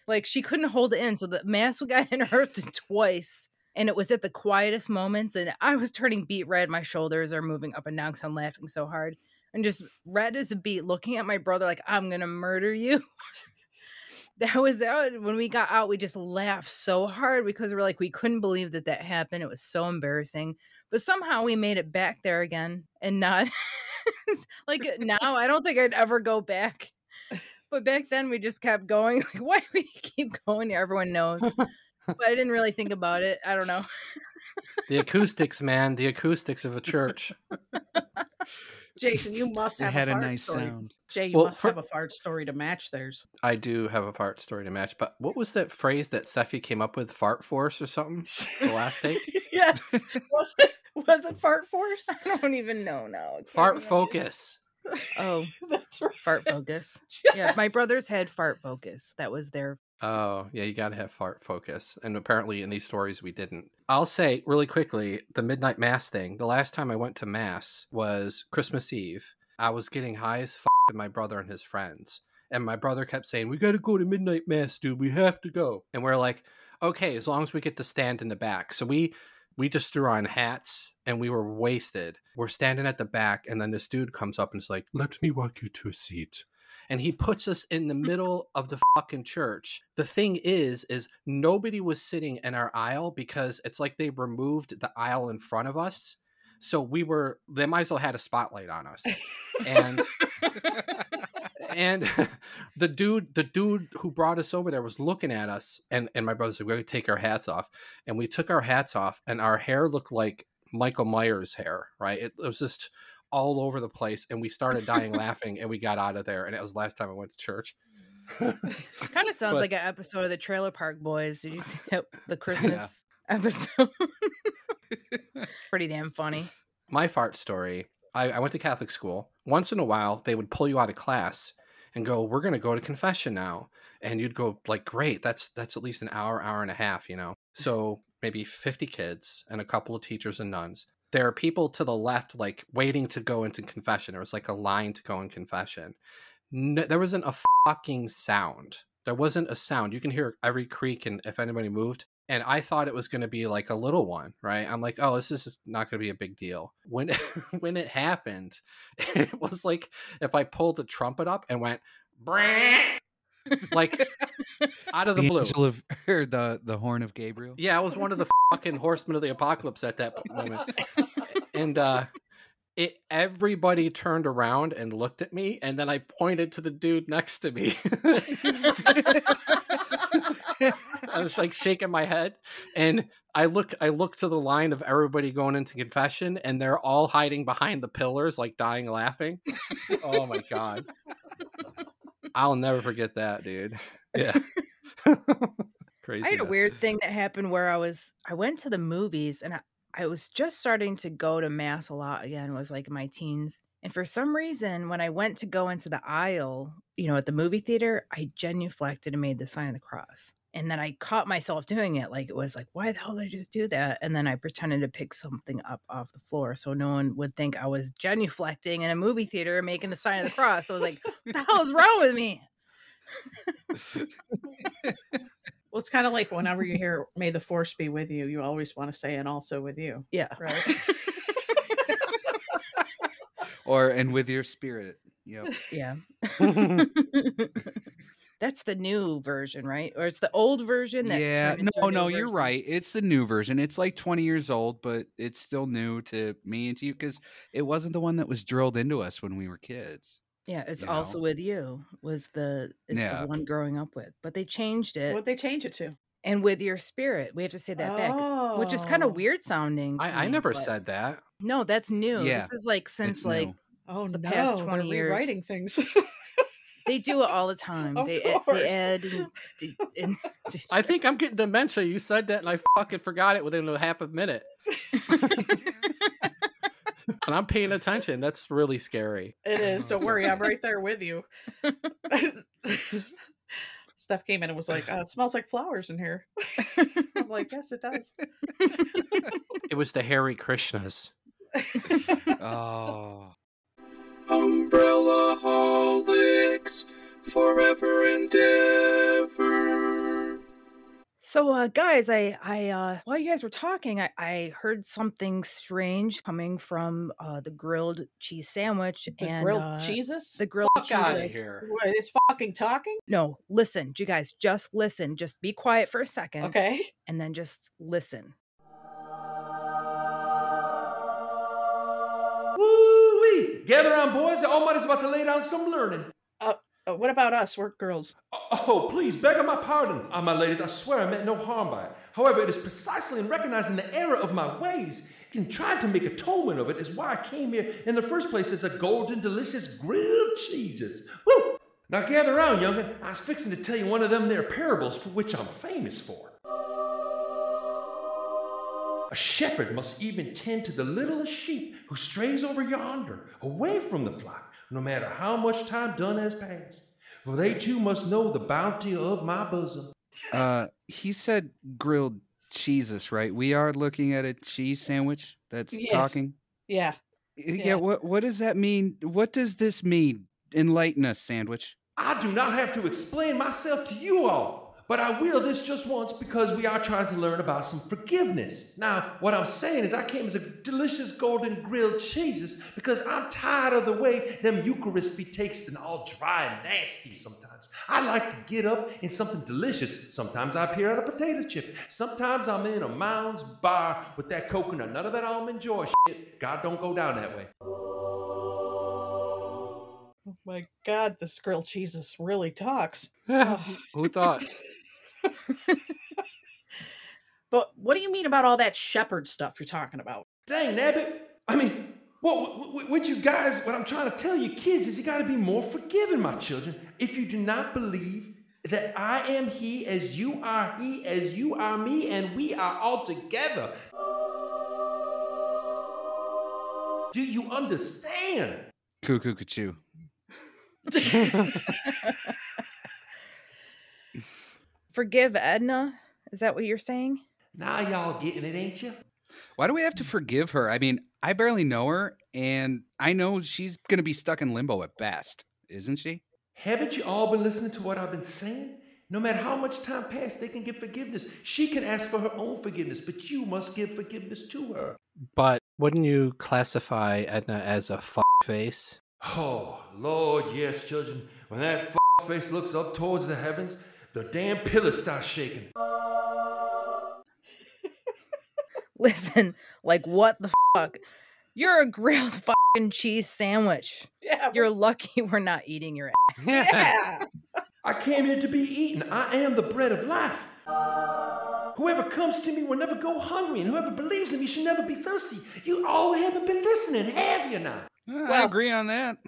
like she couldn't hold it in. So the mass got interrupted twice. And it was at the quietest moments, and I was turning beet red. My shoulders are moving up and down because I'm laughing so hard and just red as a beet, looking at my brother like, I'm gonna murder you. that was out when we got out, we just laughed so hard because we're like, we couldn't believe that that happened. It was so embarrassing, but somehow we made it back there again and not like now. I don't think I'd ever go back. But back then we just kept going. Like, why do we keep going? Everyone knows. but I didn't really think about it. I don't know. The acoustics, man. The acoustics of a church. Jason, you must It have had a, a fart nice story. sound. Jay, you Well, must for- have a fart story to match theirs. I do have a fart story to match, but what was that phrase that Steffi came up with? Fart force or something? The last take? yes. Was it, was it fart force? I don't even know now. I can't Fart remember. focus. Oh, that's right. Fart focus. Yeah, my brothers had fart focus. That was their. Oh, yeah, you got to have fart focus. And apparently in these stories, we didn't. I'll say really quickly the midnight mass thing. The last time I went to mass was Christmas Eve. I was getting high as f- with my brother and his friends. And my brother kept saying, We got to go to midnight mass, dude. We have to go. And we're like, Okay, as long as we get to stand in the back. So we. We just threw on hats and we were wasted. We're standing at the back, and then this dude comes up and is like, Let me walk you to a seat and he puts us in the middle of the fucking church. The thing is, is nobody was sitting in our aisle because it's like they removed the aisle in front of us. So we were they might as well had a spotlight on us. And and the dude the dude who brought us over there was looking at us and and my brother's like, We're gonna take our hats off. And we took our hats off and our hair looked like Michael Myers hair, right? It, it was just all over the place and we started dying laughing and we got out of there and it was the last time I went to church. Kind of sounds But- like an episode of the Trailer Park Boys. Did you see that, the Christmas episode? Pretty damn funny. my fart story I, I went to catholic school once in a while they would pull you out of class and go we're going to go to confession now and you'd go like great that's that's at least an hour hour and a half you know so maybe 50 kids and a couple of teachers and nuns there are people to the left like waiting to go into confession there was like a line to go in confession no, there wasn't a fucking sound. There wasn't a sound. You can hear every creak and if anybody moved. And I thought it was going to be like a little one, right? I'm like, oh, this is not going to be a big deal. When when it happened, it was like if I pulled the trumpet up and went, "Brrrr," like out of the, the blue. angel of or the the horn of Gabriel. Yeah, I was one of the fucking horsemen of the apocalypse at that moment. And uh it everybody turned around and looked at me and then I pointed to the dude next to me. I was like shaking my head and I look I look to the line of everybody going into confession and they're all hiding behind the pillars like dying laughing. Oh my god. I'll never forget that, dude. Yeah. Crazy. I had a weird thing that happened where I was I went to the movies and I, I was just starting to go to mass a lot again was like in my teens and for some reason when I went to go into the aisle you know at the movie theater I genuflected and made the sign of the cross and then I caught myself doing it like it was like why the hell did I just do that and then I pretended to pick something up off the floor so no one would think I was genuflecting in a movie theater and making the sign of the cross I was like what the hell is wrong with me Well, it's kind of like whenever you hear "May the Force be with you," you always want to say "and also with you." Yeah, right. Or and with your spirit. Yep. Yeah. That's the new version, right? Or it's the old version that yeah. turned into No, a new no, you're version? right. It's the new version. It's like 20 years old, but it's still new to me and to you because it wasn't the one that was drilled into us when we were kids. Yeah, it's you know? also with you was the is Yeah. the one growing up with. But they changed it. What they change it to? And with your spirit. We have to say that back. Which is kind Oh. of weird sounding. to I, I me, never but- said that. No, that's new. Yeah, This is like since it's like new. Oh the no, past they're 20 years. rewriting things. they do it all the time. Of they, add- course. they add and, and I think I'm getting dementia. You said that, and I fucking forgot it within a half a minute. and I'm paying attention. That's really scary. It is. Don't worry, I'm right there with you. Steph came in and was like, uh, "It smells like flowers in here." I'm like, "Yes, it does." It was the Harry Krishnas. oh. Umbrella Holics forever and ever. So, uh, guys, I, I, uh, while you guys were talking, I, I heard something strange coming from uh, the grilled cheese sandwich The and grilled uh, cheeses? The grilled Fuck outta cheeses. here. What, it's fucking talking. No, listen, you guys, just listen. Just be quiet for a second, Okay. and then just listen. Woo-wee! Gather on, boys. The Almighty's about to lay down some learning. Uh, Uh, what about us? We're girls. Oh, please, beg my pardon, ah, my ladies. I swear I meant no harm by it. However, it is precisely in recognizing the error of my ways and trying to make atonement of it is why I came here in the first place as a golden, delicious grilled cheeses. Woo! Now gather round, young'un. I was fixing to tell you one of them there parables for which I'm famous for. A shepherd must even tend to the littlest sheep who strays over yonder, away from the flock, no matter how much time done has passed. For they too must know the bounty of my bosom. Uh, he said grilled cheeses, right? We are looking at a cheese sandwich that's Yeah. talking. Yeah. Yeah. What What does that mean? What does this mean? Enlighten us, sandwich. I do not have to explain myself to you all, but I will this just once because we are trying to learn about some forgiveness. Now, what I'm saying is, I came as a delicious golden grilled cheeses because I'm tired of the way them Eucharist be tasting all dry and nasty sometimes. I like to get up in something delicious. Sometimes I appear on a potato chip. Sometimes I'm in a Mounds bar with that coconut. None of that almond joy shit. God don't go down that way. Oh my God, this grilled cheeses really talks. Who thought? But what do you mean about all that shepherd stuff you're talking about? Dang, Nabbit. I mean, what, what, what you guys, what I'm trying to tell you kids is you got to be more forgiving, my children. If you do not believe that I am He as you are He, as you are me, and we are all together, do you understand? Cuckoo, cuckoo. Forgive Edna? Is that what you're saying? Now y'all getting it, ain't you? Why do we have to Mm. forgive her? I mean, I barely know her, and I know she's going to be stuck in limbo at best, isn't she? Haven't you all been listening to what I've been saying? No matter how much time passed, they can get forgiveness. She can ask for her own forgiveness, but you must give forgiveness to her. But wouldn't you classify Edna as a fuck face? Oh, Lord, yes, children. When that f- face looks up towards the heavens, the damn pillars start shaking. Listen, like what the fuck? You're a grilled fucking cheese sandwich. Yeah. You're lucky we're not eating your ass. Yeah. I came here to be eaten. I am the bread of life. Whoever comes to me will never go hungry, and whoever believes in me should never be thirsty. You all haven't been listening, have you now? I agree on that.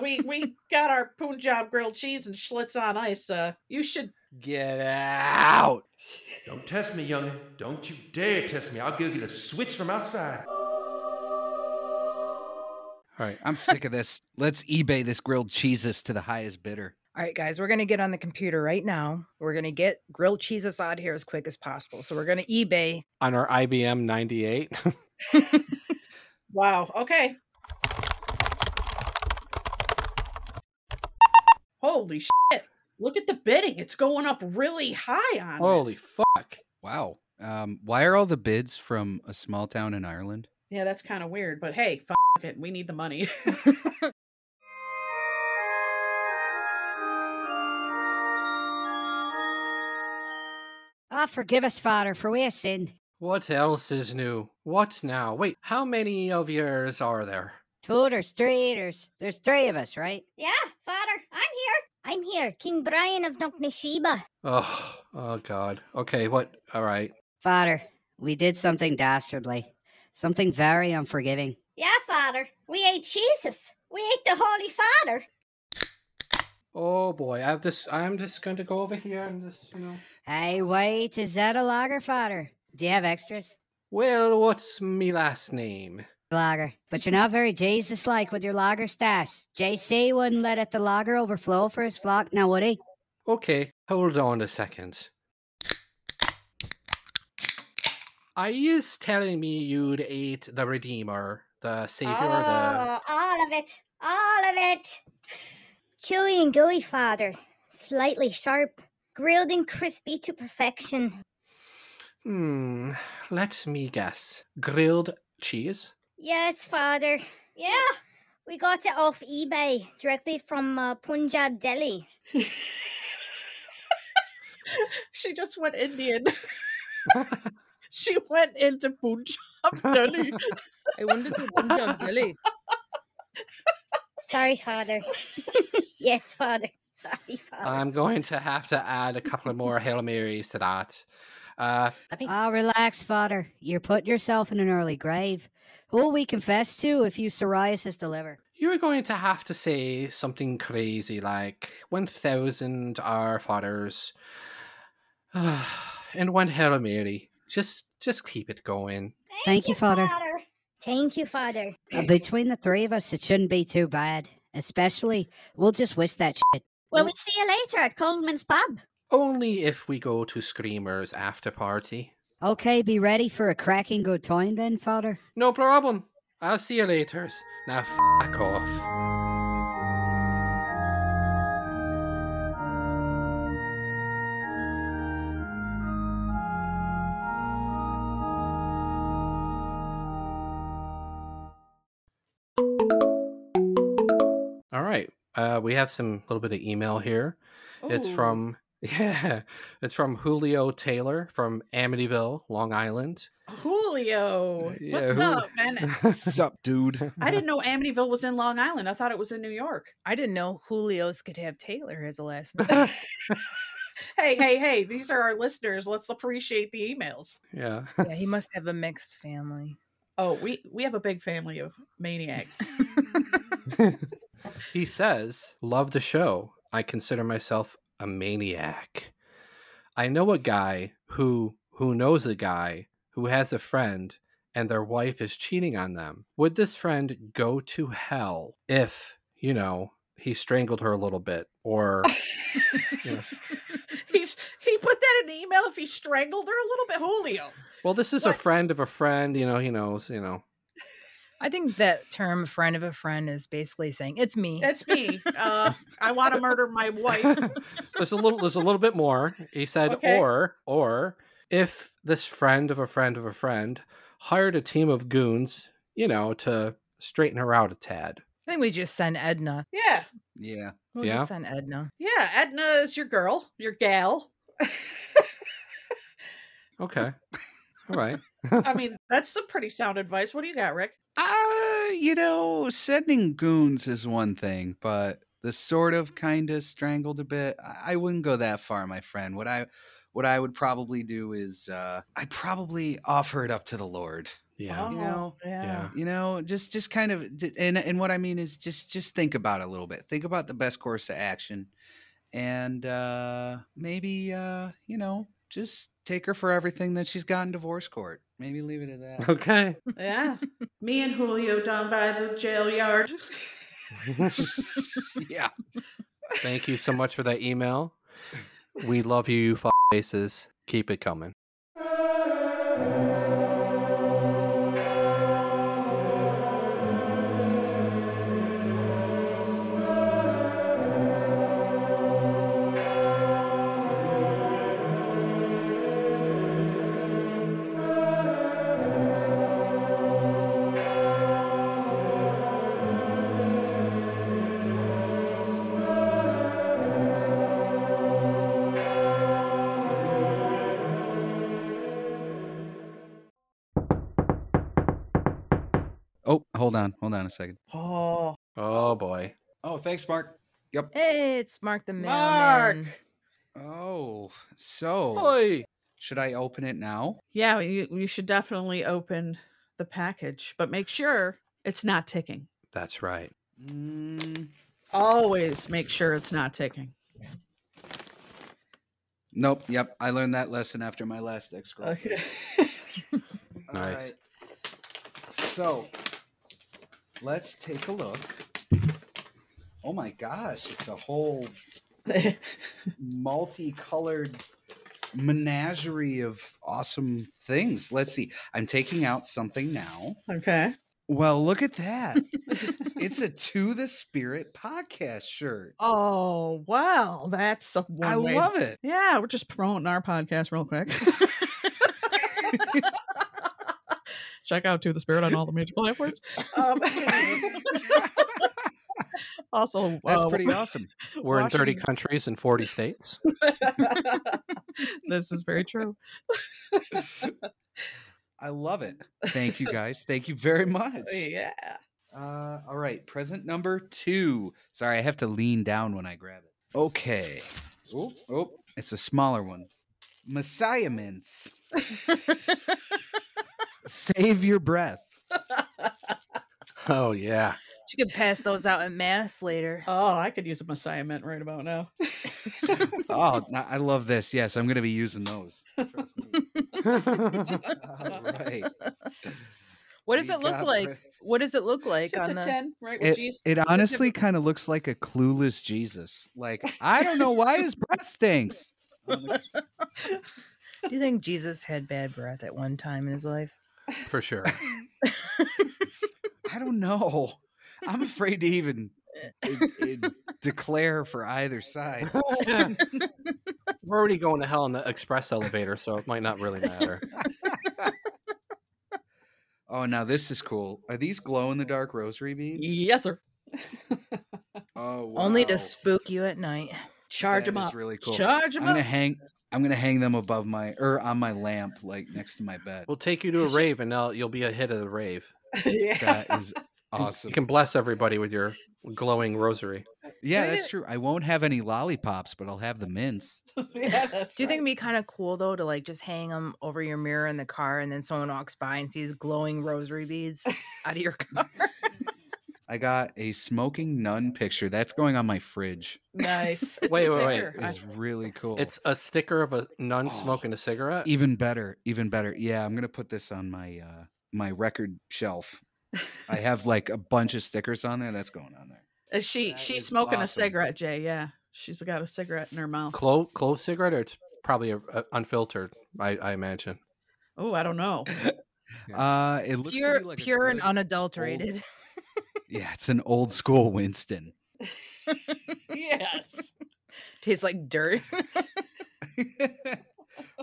we we got our Punjab grilled cheese and Schlitz on ice. Uh, you should Get out. Don't test me, young'un. Don't you dare test me. I'll go get a switch from outside. All right, I'm sick of this. Let's eBay this grilled cheeses to the highest bidder. All right, guys, we're going to get on the computer right now. We're going to get grilled cheeses out here as quick as possible. So we're going to eBay. On our IBM 98? Wow. Okay. Holy shit! Look at the bidding. It's going up really high on. Holy this. fuck! Wow. Um, why are all the bids from a small town in Ireland? Yeah, that's kind of weird. But hey, f- it. We need the money. Ah, forgive us, Father, for we have sinned. What else is new? What now? Wait, how many of yours are there? Tutors, traitors. There's three of us, right? Yeah, Father, I'm here. I'm here, King Brian of Noknesheba. Oh, oh God. Okay, what? All right. Father, we did something dastardly, something very unforgiving. Yeah, Father, we ate Jesus. We ate the Holy Father. Oh boy, I've just I'm just going to go over here and just you know. Hey, wait, is that a lager, Father? Do you have extras? Well, what's me last name? Lager. But you're not very Jesus like with your lager stash. JC wouldn't let it the lager overflow for his flock, now would he? Okay, hold on a second. Are you telling me you'd ate the Redeemer, the Savior, the Oh, all of it. All of it. Chewy and gooey, Father. Slightly sharp, grilled and crispy to perfection. Hmm, let me guess. Grilled cheese? Yes, Father. Yeah, we got it off eBay directly from uh, Punjab Delhi. she just went Indian. she went into Punjab Delhi. I went into Punjab Delhi. Sorry, Father. yes, Father. Sorry, Father. I'm going to have to add a couple of more Hail Marys to that. Uh, Oh, relax, Father. You're putting yourself in an early grave. Who'll we confess to if you psoriasis the liver? You're going to have to say something crazy like 1,000 Our Fathers and one Hail Mary. Just, just keep it going. Thank you, Father. Thank you, Father. Uh, Between the three of us, it shouldn't be too bad. Especially, we'll just wish that shit. Well, we see you later at Coleman's Pub. Only if we go to Screamer's after party. Okay, be ready for a cracking good time then, Father. No problem. I'll see you later. Now, f off. All right. Uh, we have some little bit of email here. It's Ooh. from yeah, it's from Julio Taylor from Amityville, Long Island. Julio. Yeah, What's Jul- up, man? Sup, dude? I didn't know Amityville was in Long Island. I thought it was in New York. I didn't know Julio's could have Taylor as a last name. Hey, hey, hey, these are our listeners. Let's appreciate the emails. Yeah. yeah, he must have a mixed family. Oh, we we have a big family of maniacs. He says, "Love the show. I consider myself a maniac. I know a guy who who knows a guy who has a friend and their wife is cheating on them. Would this friend go to hell if, you know, he strangled her a little bit or you know, He's he put that in the email if he strangled her a little bit. Julio. well, this is a friend of a friend, you know, he knows, you know. I think that term "friend of a friend" is basically saying it's me. That's me. Uh, I want to murder my wife. there's a little there's a little bit more he said Okay. or or if this friend of a friend of a friend hired a team of goons you know to straighten her out a tad I think we just send Edna. Yeah. yeah We'll Yeah. just send Edna. Yeah, Edna is your girl, your gal. okay all right I mean, that's some pretty sound advice. What do you got, Rick? Uh, you know, sending goons is one thing, but the sort of kind of strangled a bit. I- I wouldn't go that far, my friend. What I what I would probably do is uh I'd probably offer it up to the Lord. Yeah. You Oh, know? yeah. Yeah. You know, just just kind of d- and and what I mean is just just think about it a little bit. Think about the best course of action and uh maybe uh, you know, just take her for everything that she's got in divorce court. Maybe leave it at that. Okay. Yeah. Me and Julio down by the jail yard. yeah. thank you so much for that email we love you you f- faces keep it coming Oh, hold on. Hold on a second. Oh. oh boy Oh, thanks, Mark. Yep. Hey, it's Mark the Mark! Mailman. Oh, so Oi. should I open it now? Yeah, you, you should definitely open the package, but make sure it's not ticking. that's right Mm. Always make sure it's not ticking. Nope. Yep. I learned that lesson after my last X scroll. Okay. nice So let's take a look. Oh my gosh, it's a whole multicolored menagerie of awesome things. Let's see. I'm taking out something now. Okay. Well, look at that. it's a To the Spirit podcast shirt. Oh, wow. That's a one I way- love it. Yeah, we're just promoting our podcast real quick. Check out To the Spirit on all the major platforms. Um, also, That's uh, pretty awesome. we're in 30 watching- countries and 40 states this is very true. I love it. Thank you guys. Thank you very much. Yeah. Uh, Uh, all right, present number two. Sorry, I have to lean down when I grab it. Okay. Oh, oh, it's a smaller one. Messiah mints. Save your breath. Oh yeah. She could pass those out at mass later. Oh, I could use a Messiah mint right about now. Oh, n- I love this. Yes, I'm going to be using those. All right. What does We it look got like? the- What does it look like? Just on a the- 10, right? With It, Jesus. it honestly kind of looks like a clueless Jesus. Like, I don't know why his breath stinks. Do you think Jesus had bad breath at one time in his life? For sure. I don't know. I'm afraid to even in- in- declare for either side. We're already going to hell in the express elevator, so it might not really matter. Oh, now this is cool. Are these glow in the dark rosary beads? Yes, sir. Oh, Only wow. to spook you at night. Charge That is Really cool. Charge 'em I'm gonna up. hang. I'm gonna hang them above my or on my lamp, like next to my bed. We'll take you to a rave, and now you'll be a hit of the rave. That is And awesome. You can bless everybody with your glowing rosary. Yeah, Join that's it. true. I won't have any lollipops, but I'll have the mints. Do you think it'd be kind of cool though to like just hang them over your mirror in the car, and then someone walks by and sees glowing rosary beads out of your car? I got a smoking nun picture. That's going on my fridge. Nice. It's Wait, a wait, wait. sticker. I- It's really cool. It's a sticker of a nun smoking a cigarette. even better, even better. Yeah, I'm gonna put this on my uh my record shelf. I have like a bunch of stickers on there. That's going on there. Uh, she she's smoking a cigarette, Jay. Yeah, she's got a cigarette in her mouth. Clove, clove cigarette, or it's probably a, a- unfiltered. I, I imagine. Oh, I don't know. Uh, it looks to pure, be like a pure and good old- unadulterated. yeah, it's an old school Winston. yes, tastes like dirt.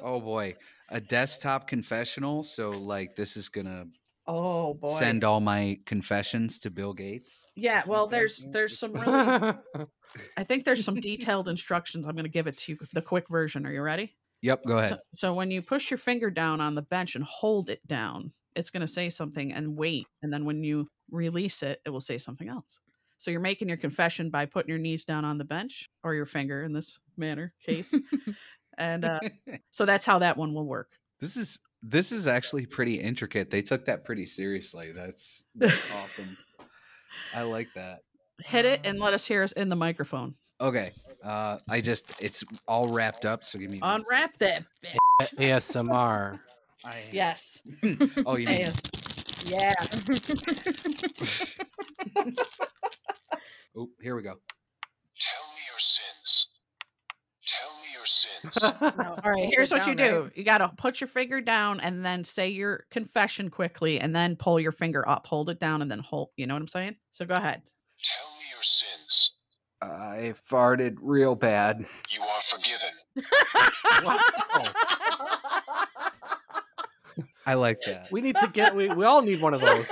Oh boy, a desktop confessional. So like, this is gonna Oh boy. send all my confessions to Bill Gates. Yeah, well, there's there's some really. I think there's some detailed instructions. I'm going to give it to you, the quick version. Are you ready? Yep, go ahead. So, so when you push your finger down on the bench and hold it down, it's going to say something and wait, and then when you release it, it will say something else. So you're making your confession by putting your knees down on the bench or your finger in this manner case, and uh, so that's how that one will work. This is this is actually pretty intricate. They took that pretty seriously. That's, that's awesome. I like that. Hit it and let us hear us in the microphone. Okay. Uh I just it's all wrapped up, so give me one Unwrap that. bi- sec. ASMR. Yes. Oh, you mean- Yes. Yeah. Oh, here we go. Tell me your sins. Tell me your sins. All right, Hold here's it what you down, do. right? You got to put your finger down and then say your confession quickly and then pull your finger up, hold it down and then hold, you know what I'm saying? So go ahead. Tell me your sins. I farted real bad. You are forgiven. I like that. We need to get. We, we all need one of those.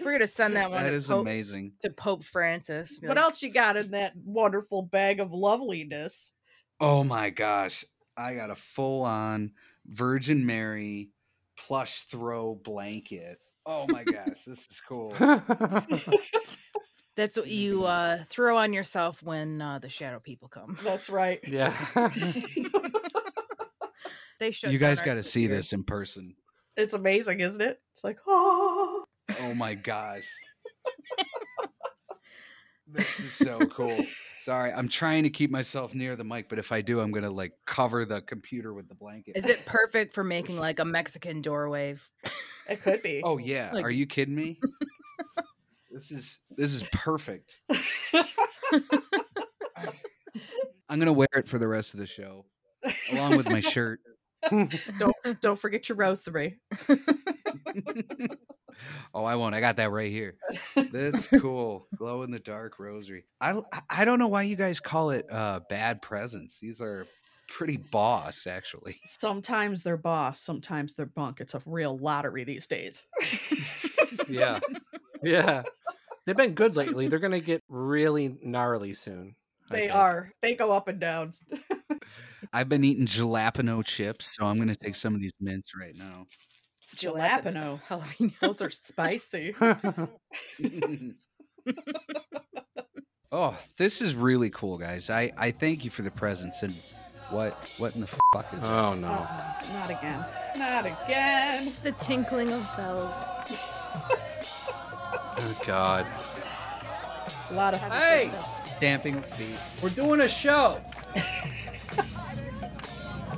We're gonna send that one. That to is Pope, amazing. to Pope Francis. Be What like, else you got in that wonderful bag of loveliness? Oh my gosh. I got a full on Virgin Mary plush throw blanket. Oh my gosh, this is cool. That's what you uh, throw on yourself when uh, the shadow people come. That's right. Yeah. They should. you guys got to see this in person. It's amazing, isn't it? It's like, oh. Oh my gosh. this is so cool. Sorry, I'm trying to keep myself near the mic, but if I do, I'm going to like cover the computer with the blanket. Is it perfect for making like a Mexican doorway? It could be. Oh yeah, Like- are you kidding me? this is this is perfect. I'm going to wear it for the rest of the show along with my shirt. don't don't forget your rosary. Oh, I won't. I got that right here. That's cool. Glow in the dark rosary. I I don't know why you guys call it uh bad presents. These are pretty boss actually. Sometimes they're boss, sometimes they're bunk. It's a real lottery these days. yeah. Yeah. They've been good lately. They're gonna get really gnarly soon. I They think. are. They go up and down. I've been eating jalapeno chips, so I'm going to take some of these mints right now. Jalapeno. Those are spicy. Oh, this is really cool, guys. I I thank you for the presents and what what in the fuck is? Oh no. Not again. Not again. It's the tinkling of bells. Oh God. A lot of Hey! Stamping of feet. We're doing a show.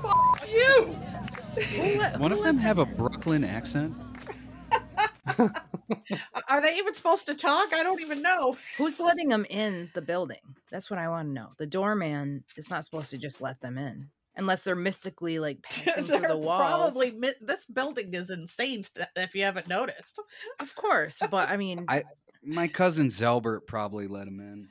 Fuck you! One of them have a Brooklyn accent. Are they even supposed to talk? I don't even know. Who's letting them in the building? That's what I want to know. The doorman is not supposed to just let them in unless they're mystically like passing through They're the walls. Probably mi- this building is insane st- if you haven't noticed. Of course, but I mean, I my cousin Zelbert probably let him in.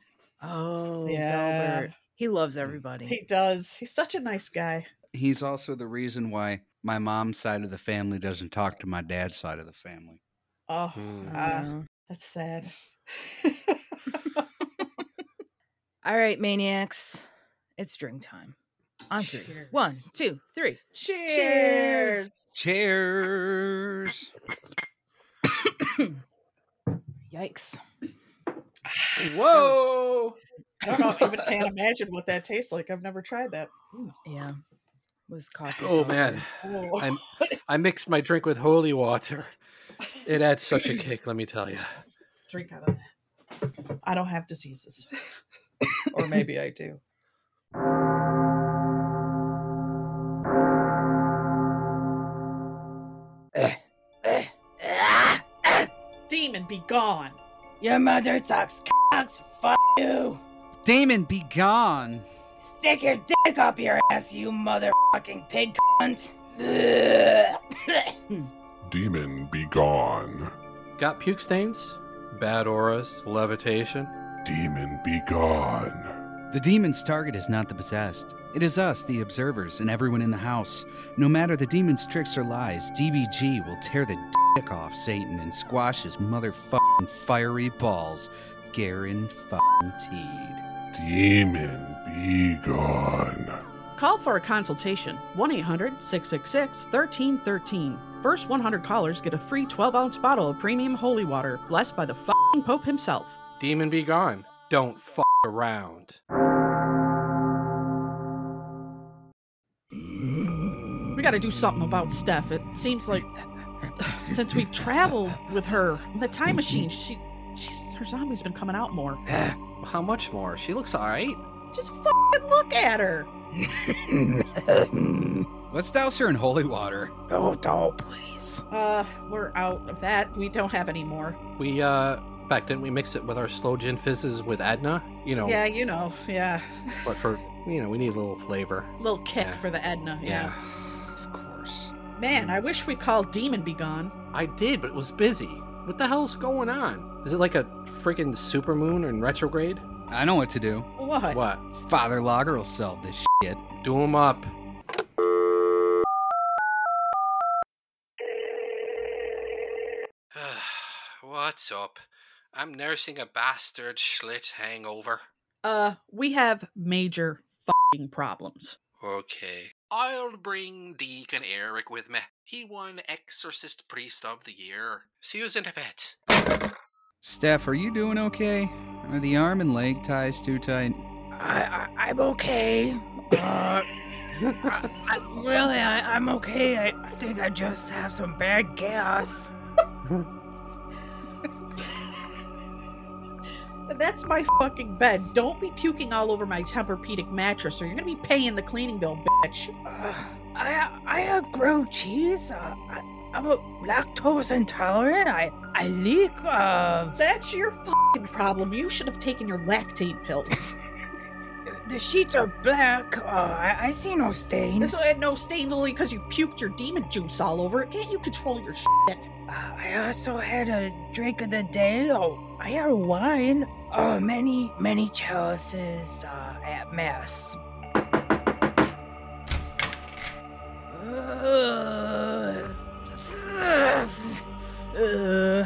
oh, Yeah. Zelbert. He Hmm. loves everybody. He does. He's such a nice guy. He's also the reason why my mom's side of the family doesn't talk to my dad's side of the family. Oh, Hmm. Mm. uh, that's sad. All right, maniacs, it's drink time. On three. One, two, three. Cheers. Cheers. Yikes. Whoa! I don't know. if I even can't imagine what that tastes like. I've never tried that. Hmm, Yeah, was coffee. Oh man. Oh. I I mixed my drink with holy water. It adds such a kick, let me tell you. Drink out of that. I don't have diseases, or maybe I do. Demon, be gone. Your mother sucks cocks. Fuck you. Damon, be gone. Stick your dick up your ass, you motherfucking pig cunt. Ugh. Demon be gone. Got puke stains? Bad auras, levitation. Demon be gone. The demon's target is not the possessed. It is us, the observers, and everyone in the house. No matter the demon's tricks or lies, DBG will tear the dick off Satan and squash his motherfucking fiery balls. Guaranteed. Demon be gone. Call for a consultation 1 800 666 1313. First 100 callers get a free 12 ounce bottle of premium holy water blessed by the fing Pope himself. Demon be gone. Don't fuck around. We gotta do something about Steph. It seems like since we traveled with her in the time machine, she. She's, her zombie's been coming out more. How much more? She looks alright. Just fucking look at her. Let's douse her in holy water. Oh, dope. Uh, we're out of that. We don't have any more. We uh back didn't we mix it with our slow gin fizzes with Edna? You know Yeah, you know. Yeah. but for you know, we need a little flavor. Little kick Yeah. for the Edna. Yeah. Yeah. Of course. Man, I wish we called Demon Be Gone. I did, but it was busy. What the hell's going on? Is it like a freaking supermoon in retrograde? I know what to do. What? What? Father Lager will solve this shit. Do him up. What's up? I'm nursing a bastard schlit hangover. Uh, we have major fucking problems. Okay. I'll bring Deacon Eric with me. He won Exorcist Priest of the Year. See you in a bit. Steph, are you doing okay? Are the arm and leg ties too tight? I, I, I'm okay. Uh, I, I, really, I, I'm okay. I, I think I just have some bad gas. That's my fucking bed. Don't be puking all over my Tempur-Pedic mattress, or you're gonna be paying the cleaning bill, bitch. I I have grilled cheese. Uh, I, I'm a lactose intolerant. I I leak. Uh, That's your fucking problem. You should have taken your lactate pills. the sheets are black. Uh, I, I see no stain. this one had no stains only because you puked your demon juice all over it. Can't you control your shit? Uh, I also had a drink of the day. Oh, I had wine. Uh, many, many chalices uh, at mass. Uh, uh,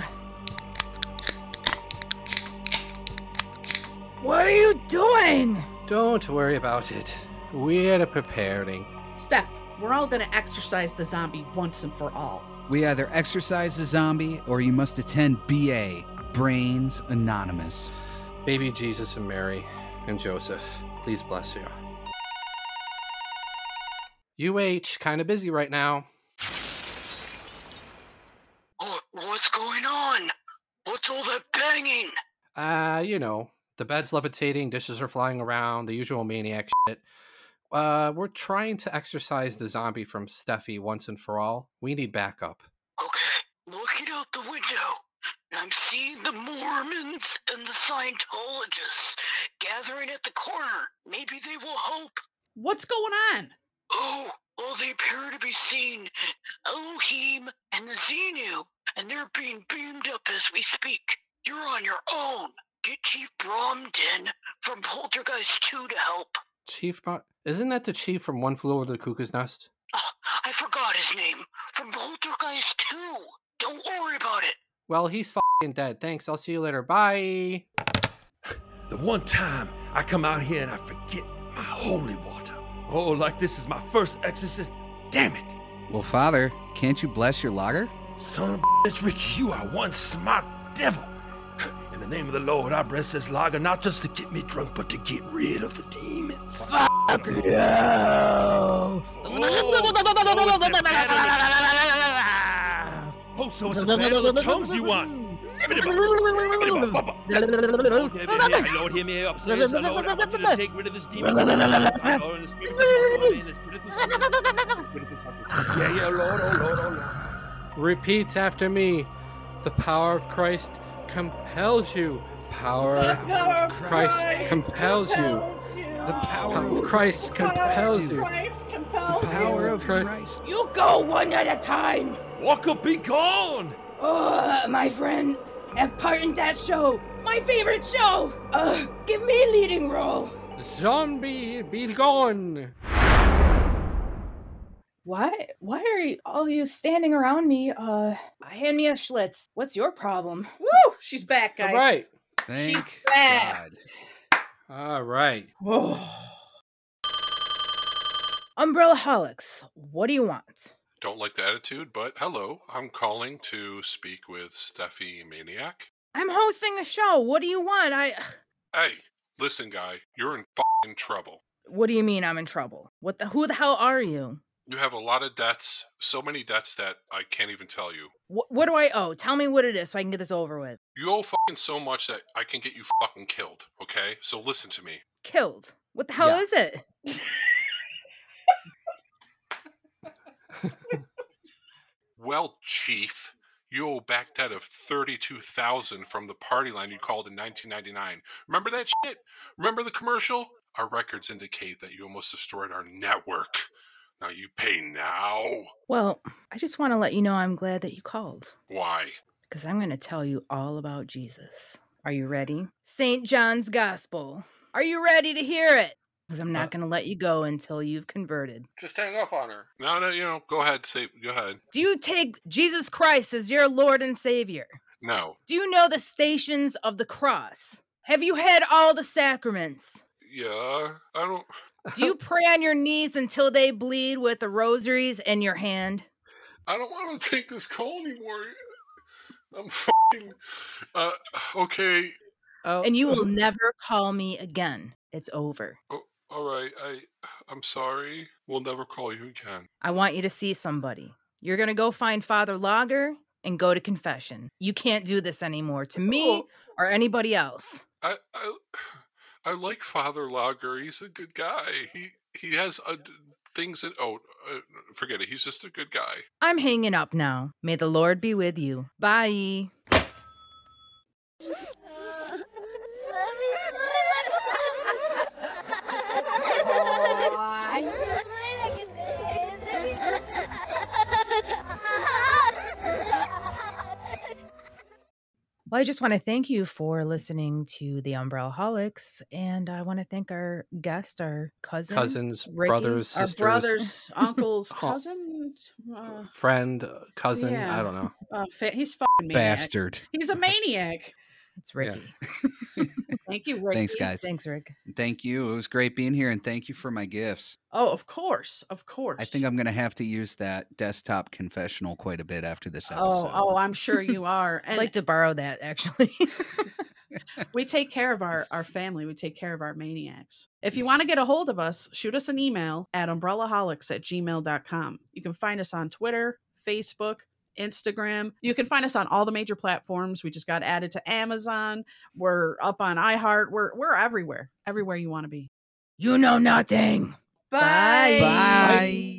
what are you doing? Don't worry about it. We're preparing. Steph, we're all gonna exercise the zombie once and for all. We either exercise the zombie or you must attend BA, Brains Anonymous. Baby Jesus and Mary and Joseph, please bless you. UH, kind of busy right now. What, what's going on? What's all that banging? Uh, you know, the bed's levitating, dishes are flying around, the usual maniac shit. Uh, we're trying to exorcise the zombie from Steffi once and for all. We need backup. Looking out the window, and I'm seeing the Mormons and the Scientologists gathering at the corner. Maybe they will help. What's going on? Oh, well, they appear to be seeing Elohim and Xenu, and they're being beamed up as we speak. You're on your own. Get Chief Bromden from Poltergeist 2 to help. Chief, Mo- isn't that the chief from One Flew Over the Cuckoo's Nest? I forgot his name. From Poltergeist 2. Don't worry about it. Well, he's fucking dead. Thanks. I'll see you later. Bye. The one time I come out here and I forget my holy water. Oh, like this is my first exorcist. Damn it. Well, Father, can't you bless your lager? Son of a bitch, Ricky, you are one smart devil. In the name of the Lord, I bless this lager not just to get me drunk, but to get rid of the demons. Fuck you. Oh, so it's a battle of tongues you want. Lord, hear me, hear me, Lord, hear me upstairs. Lord, I want you to take rid of this demon. Lord, in the spirit of the Lord, in the spirit of the Lord, in the spirit of the Lord. Yeah, yeah, Lord, oh, Lord, oh, Lord. Repeat after me. The power of Christ compels you. Power, of Christ, compels you. The power of Christ compels you. Christ compels The power of Christ. You go one at a time. Walker, be gone. Uh, my friend, have part in that show. My favorite show. Uh, give me a leading role. Zombie, be gone. Why? Why are you, all you standing around me? Uh, hand me a Schlitz. What's your problem? Woo! She's back, guys. All right. Thank Back. All right. Umbrella Holics, what do you want? Don't like the attitude, but hello. I'm calling to speak with Steffi Maniac. I'm hosting a show. What do you want? I. Hey, listen, guy, you're in fing trouble. What do you mean I'm in trouble? What the? Who the hell are you? You have a lot of debts, so many debts that I can't even tell you. Wh- what do I owe? Tell me what it is so I can get this over with. You owe fing so much that I can get you fucking killed, okay? So listen to me. Killed. What the hell Yeah. is it? Well, Chief, you owe back debt of 32000 from the party line you called in 1999. Remember that shit? Remember the commercial? Our records indicate that you almost destroyed our network. Now you pay now. Well, I just want to let you know I'm glad that you called Why? because I'm going to tell you all about Jesus. Are you ready? St. John's Gospel. Are you ready to hear it? Uh Because I'm not going to let you go until you've converted. Just hang up on her. No, no, you know, go ahead. Say, go ahead. Do you take Jesus Christ as your Lord and Savior? No. Do you know the stations of the cross? Have you had all the sacraments? Yeah, I don't. Do you pray on your knees until they bleed with the rosaries in your hand? I don't want to take this call anymore. I'm fucking. Uh, okay. and you will never call me again. It's over. Oh, All right. I. I'm sorry. We'll never call you again. I want you to see somebody. You're going to go find Father Lager and go to confession. You can't do this anymore to me or anybody else. I. I. I like Father Lager. He's a good guy. He. He has uh d things that. Oh, uh, forget it. He's just a good guy. I'm hanging up now. May the Lord be with you. Bye. Well, I just want to thank you for listening to the Umbrella Holics, and I want to thank our guest, our cousin, Cousins, Ricky. brothers, Our sisters, brothers, uncles, Oh. cousin. Uh, friend, cousin. yeah. I don't know. Uh, fa- he's fucking maniac. Bastard. He's a maniac. It's Ricky. Thank you, Ricky. Thanks, guys. Thanks, Rick. Thank you. It was great being here, and thank you for my gifts. Oh, of course, of course. I think I'm going to have to use that desktop confessional quite a bit after this Oh, episode. oh, I'm sure you are. And like to borrow that actually. we take care of our, our family. We take care of our maniacs. If you want to get a hold of us, shoot us an email at umbrellaholics at gmail.com. You can find us on Twitter, Facebook, Instagram. You can find us on all the major platforms. We just got added to Amazon. We're up on iHeart. We're we're everywhere. Everywhere you want to be. You know nothing. Bye. Bye.